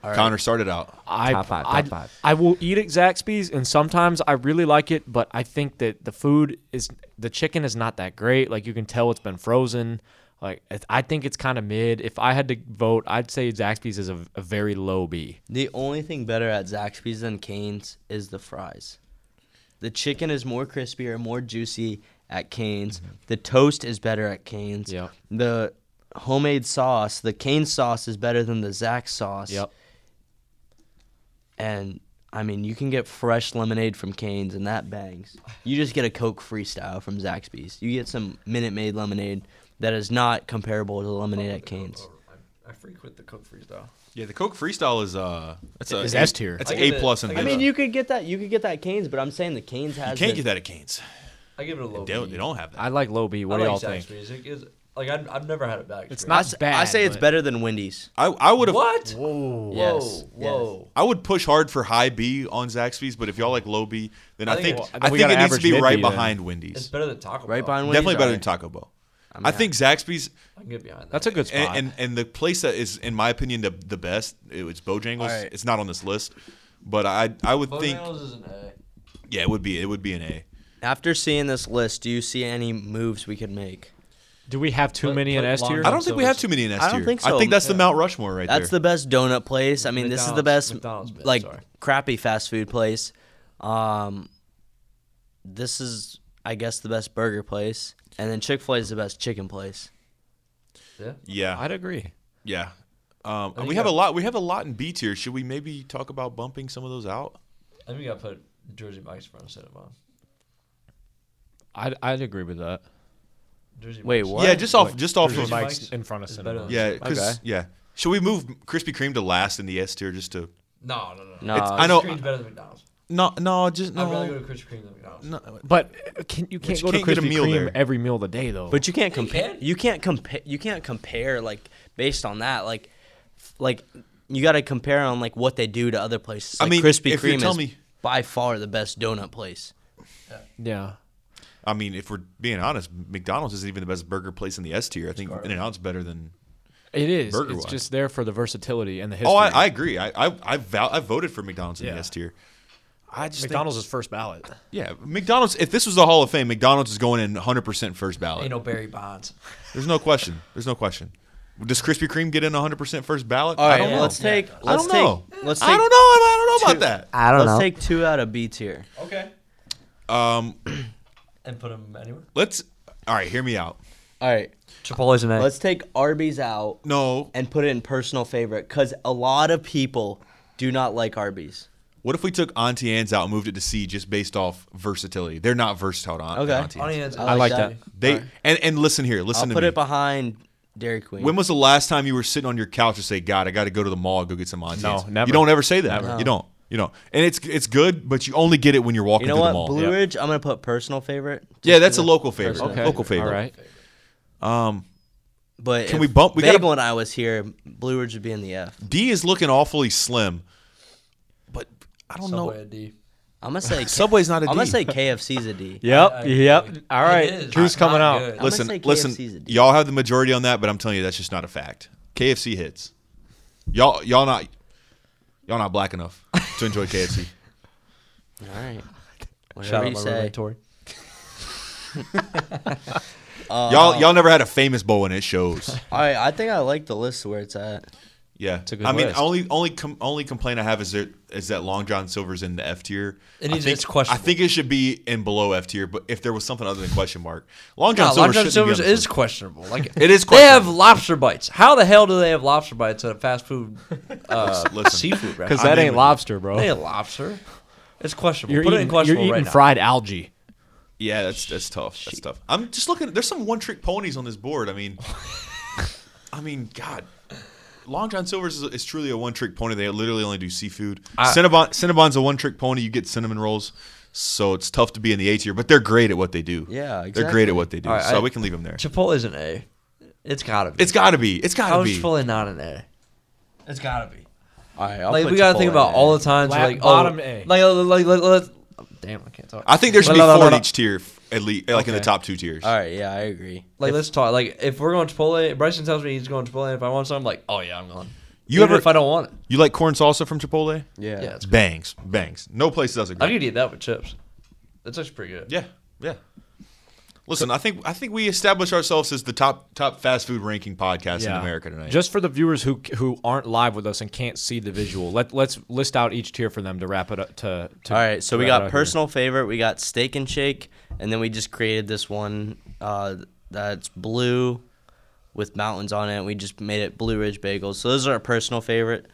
Connor started out.
I,
Top five, top
I,
five.
I will eat at Zaxby's, and sometimes I really like it, but I think that the food is the chicken is not that great. Like you can tell it's been frozen. Like it- I think it's kind of mid. If I had to vote, I'd say Zaxby's is a, a very low B.
The only thing better at Zaxby's than Cane's is the fries. The chicken is more crispier, more juicy at Cane's.
Mm-hmm.
The toast is better at Cane's.
Yep.
The homemade sauce, the Cane sauce is better than the Zax sauce.
Yep.
And I mean, you can get fresh lemonade from Cane's and that bangs. You just get a Coke freestyle from Zaxby's. You get some Minute Maid lemonade that is not comparable to the lemonade at Cane's.
I- I frequent the Coke Freeze though.
Yeah, the Coke Freestyle is uh, that's a
Is S tier.
That's an
I give
A
it-
plus and
I
I
this.
mean, you could get that. You could get that Canes, but I'm saying the Canes
You
has.
can't
the-
get that at Canes.
I give it a low.
They don't,
B.
they don't have that.
I like low B. What
I
do
like
y'all think?
Zaxby's. It is- like I've, I've never had it back.
It's
I
not
s-
bad.
I say it's
but-
better than Wendy's.
I I would have.
What?
Whoa.
Whoa.
Yes,
Whoa.
I would push hard for high B on Zaxby's, but if y'all like low B, then I,
I think
think
it-
I
then we
think
gotta
it needs to
average
be
mid
right
B then.
behind
It's
Wendy's.
better than Taco Bell.
Right behind Wendy's.
Definitely better than
Alright.
Taco Bell.
I'm
I
happy.
think Zaxby's
I can get behind that.
That's a good spot.
and, and and the place that is, in my opinion, the the best. It was Bojangles.
Alright.
It's not on this list, but I I would think
Bojangles is an A.
yeah, it would be it would be an A.
After seeing this list, do you see any moves we could make?
do we have too
Put-
many in
put
S tier?
longer-
I don't
So
think we have
it's-
too many in S tier.
I don't think
I
so.
think that's the Mount Rushmore right
That's
there.
the best donut place. I mean, this is the
McDonald's-
best
McDonald's bit,
like
sorry.
crappy fast food place. Um, this is, I guess, the best burger place, and then Chick Fil A is the best chicken place.
Yeah.
yeah,
I'd agree.
yeah. Um, and
think
we have
I-
a lot. We have a lot in B tier. Should we maybe talk about bumping some of those out?
I think we gotta put Jersey Mike's front instead of mine.
I'd, I'd agree with that.
Jersey
Wait,
Mike's
what?
Yeah, just off
Like,
just off
Jersey
of
Mike's
Mike's
in front of
is
cinema.
better than-
yeah, 'cause-
Okay.
yeah. Should we move Krispy Kreme to last in the S tier just to
No, no, no.
No,
It's-
I
I
I know.
know-
Krispy Kreme's better than McDonald's.
no no just
I'd rather go
no.
to Krispy Kreme than McDonald's.
no.
But uh, can, you can't
you
go
can't
to
get a
Krispy
meal
Kreme
there.
every meal of the day though.
But you can't compare.
can.
You can't compare. You can't compare like based on that. Like, f- like you got to compare on like what they do to other places.
I
Like,
mean,
Krispy
if you're
Kreme is
telling me-
by far the best donut place.
yeah.
I mean, if we're being honest, McDonald's isn't even the best burger place in the S tier. I think In and Out's better than.
It is.
Burger
it's
wise.
just there for the versatility and the history.
Oh, I, I agree. I I I, vow, I voted for McDonald's in
Yeah.
the S tier. I just think-
McDonald's is first ballot.
yeah, McDonald's. If this was the Hall of Fame, McDonald's is going in 100 percent first ballot.
Ain't no Barry Bonds.
There's no question. There's no question. Does Krispy Kreme get in 100 percent first ballot?
All
I don't
right,
know.
let's take. Let's
I don't
take,
know.
Let's take.
I don't know. I don't know about
I don't let's
know.
take two out of B tier.
Okay.
that. Um,
And put him anywhere.
let's. All right, hear me out.
All right,
Chipotle's an A.
let's take Arby's out
No,
and put it in personal favorite because a lot of people do not like Arby's.
what if we took Auntie Anne's out and moved it to C just based off versatility? They're not versatile. To Aunt,
Okay.
Auntie
Onions.
Anne's.
I like that.
They and and listen here. Listen
I'll
to
put
me.
it behind Dairy Queen.
When was the last time you were sitting on your couch and say, "God, I got to go to the mall and go get some Auntie
No,
Anne's"?
never.
You don't ever say that. You don't. You don't. And it's it's good, but you only get it when you're walking
you know
through
what?
the mall.
Blue
yeah.
Ridge. I'm gonna put personal favorite.
Yeah, that's a local favorite.
Okay.
Local favorite.
All right.
But
Can
if
we bump- we gotta-
Bagel and I was here, Blue Ridge would be in the F.
D is looking awfully slim, but I don't
Subway
know.
a D.
I'm gonna say
Subway's not a
I'm gonna
D.
say KFC's a D.
Yep.
I-
yep.
Uh,
All
It
right.
is. Not
Drew's coming out.
good.
gonna
Listen,
say KFC's a
listen.
D.
Y'all have the majority on that, but I'm telling you that's just not a fact. KFC hits. Y'all y'all not y'all not black enough to enjoy KFC.
All right.
Shout
Whatever
out
you
my
say.
roommate Tori.
Uh,
y'all y'all never had a famous bowl and it shows.
All right, I think I like the list where it's at.
Yeah,
a good
I mean,
list.
only only com- only complaint I have is that is that Long John Silver's in the F tier.
It
I
is-
think,
it's questionable.
I think it should be in below F tier, but if there was something other than question mark, Long John
Nah,
Silver
Long John
shouldn't be on
Silver's
this
is
list.
questionable. Like
It is
They have
questionable.
lobster bites. How the hell do they have lobster bites at a fast food uh,
listen.
seafood restaurant?
Because
I'm
that
in
ain't
with
lobster, bro.
They have lobster. It's questionable.
You're
Put it in
eating, you're
questionable
eating
right
fried algae.
Yeah, that's that's tough. That's tough. I'm just looking. There's some one trick ponies on this board. I mean, I mean, God, Long John Silver's is, is truly a one trick pony. They literally only do seafood. Cinnabon Cinnabon's a one trick pony. You get cinnamon rolls. So it's tough to be in the A tier, but they're great at what they do.
Yeah,
they're great
exactly.
at what they do.
All right,
so
I-
we can leave them there.
now. Chipotle's an A. It's gotta be.
It's got to be. It's got
How
to
is
be.
Chipotle not an A? It's gotta be.
All right, I'll
like
put
we gotta think
Chipotle
about
in.
all the times
La-
we're like
bottom
oh,
A.
Like like, like, like, like damn, I can't talk.
I think there should be
La- la- la-
four in
la-
each tier, f- at least, like in the
Okay.
top two tiers.
All right, yeah, I agree.
Like let's talk. Like if we're going Chipotle, Bryson tells me he's going Chipotle. If I want something, I'm like oh yeah, I'm going.
You
Even
ever-
if I don't want it,
You like corn salsa from Chipotle?
Yeah.
yeah, it's good.
Bangs, bangs. No place does it.
I could eat that with chips. That's actually pretty good.
Yeah, yeah. Listen, I think I think we established ourselves as the top top fast food ranking podcast in America tonight.
Just for the viewers who who aren't live with us and can't see the visual, let let's list out each tier for them to wrap it up. To, to
All right, so
to
we
wrap it
got
up
personal favorite, we got steak and shake, and then we just created this one uh, that's blue with mountains on it. We just made it Blue Ridge Bagels. So those are our personal favorite.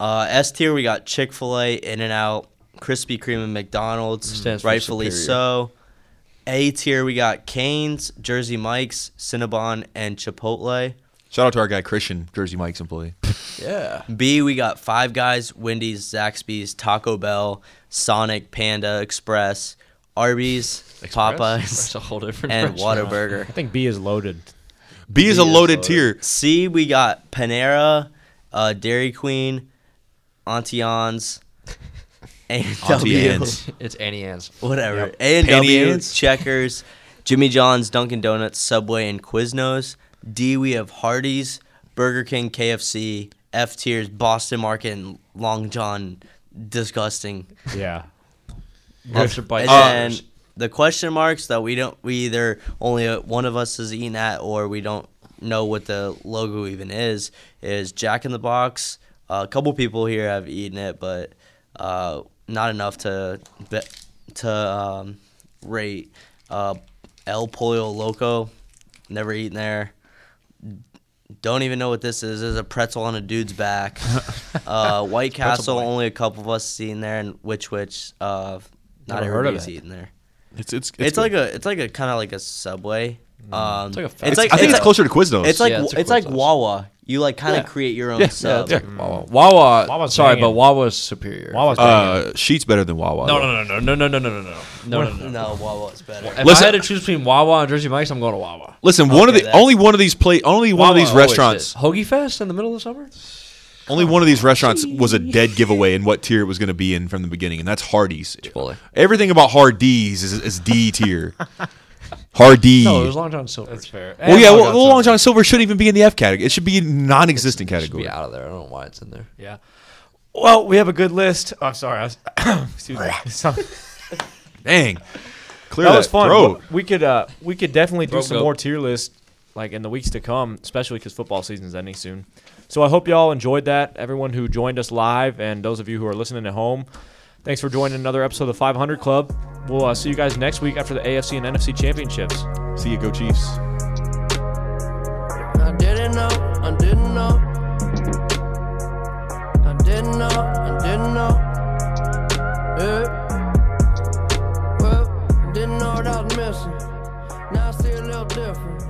Uh, S tier, we got Chick Fil A, In and Out, Krispy Kreme, and McDonald's.
Stands for
rightfully
superior.
so. A tier, we got Canes, Jersey Mike's, Cinnabon, and Chipotle.
Shout out to our guy Christian, Jersey Mike's employee.
Yeah.
B, we got Five Guys, Wendy's, Zaxby's, Taco Bell, Sonic, Panda Express, Arby's,
It's
Popeyes,
a whole different
and
restaurant.
Whataburger.
I think B is loaded.
B is a loaded tier.
C, we got Panera, uh, Dairy Queen, Auntie Anne's,
Auntie
A&W,
Anne's.
It's Annie Ann's.
whatever,
Panty
A&W,
Ann's.
Checkers, Jimmy John's, Dunkin' Donuts, Subway, and Quiznos. D, we have Hardee's, Burger King, KFC, F tiers, Boston Market, and Long John. Disgusting.
Yeah.
Lobster bites.
And
Uh,
then the question marks that we don't, we either only uh, one of us is eating at, or we don't know what the logo even is. Is Jack in the Box? a couple people here have eaten it, but uh, not enough to be, to um, rate. Uh, El Pollo Loco, never eaten there. Don't even know what this is. There's a pretzel on a dude's back. uh, White Castle, only a couple of us seen there, and Witch Witch. Uh, not
Never heard of
everybody's
it.
eaten there.
It's it's
It's, like a, it's like a kind of like a subway. Um, it's
like a fast-
it's like
I think it's
like-
closer to Quiznos.
It's like
Yeah,
it's,
it's a
like
quick lunch.
Wawa. You like kind of
Yeah.
create your own
Yeah, yeah,
sub.
yeah.
Mm.
Wawa. Wawa.
Wawa's
sorry,
banging.
but Wawa's superior.
Wawa's
uh, Sheets better than Wawa.
No, no,
though.
no, no, no, no, no, no, no, no, no, no. no.
No, Wawa's better.
If
Listen-
I had to choose between Wawa and Jersey Mike's, I'm going to Wawa.
Listen, one of
Okay,
the
that's-
only one of these play only one of
Wawa
these
always
restaurants
did. Hoagie Fest in the middle of summer.
only one of these restaurants was a dead giveaway in what tier it was going to be in from the beginning, and that's Hardee's.
Chipotle.
Everything about Hardee's is, is D tier. Hardee's.
No, it was Long John Silver.
That's fair.
Well, Oh, yeah, well, Long John Silver shouldn't even be in the F category. It should be in non-existent
Should
category.
be out of there. I don't know why it's in there.
Yeah. Well, we have a good list. Oh, sorry. I was, excuse me. Some-
Dang, clear
that was fun.
throat.
We could uh, we could definitely do
Throat
some
goat.
more tier lists like in the weeks to come, especially because football season's ending soon. So I hope y'all enjoyed that. Everyone who joined us live and those of you who are listening at home, thanks for joining another episode of the 500 Club. We'll uh, see you guys next week after the AFC and NFC championships.
See you, go Chiefs.
I didn't know, I didn't know. I didn't know, I didn't know. Yeah. Well, didn't know what I was missing. Now I see a little different.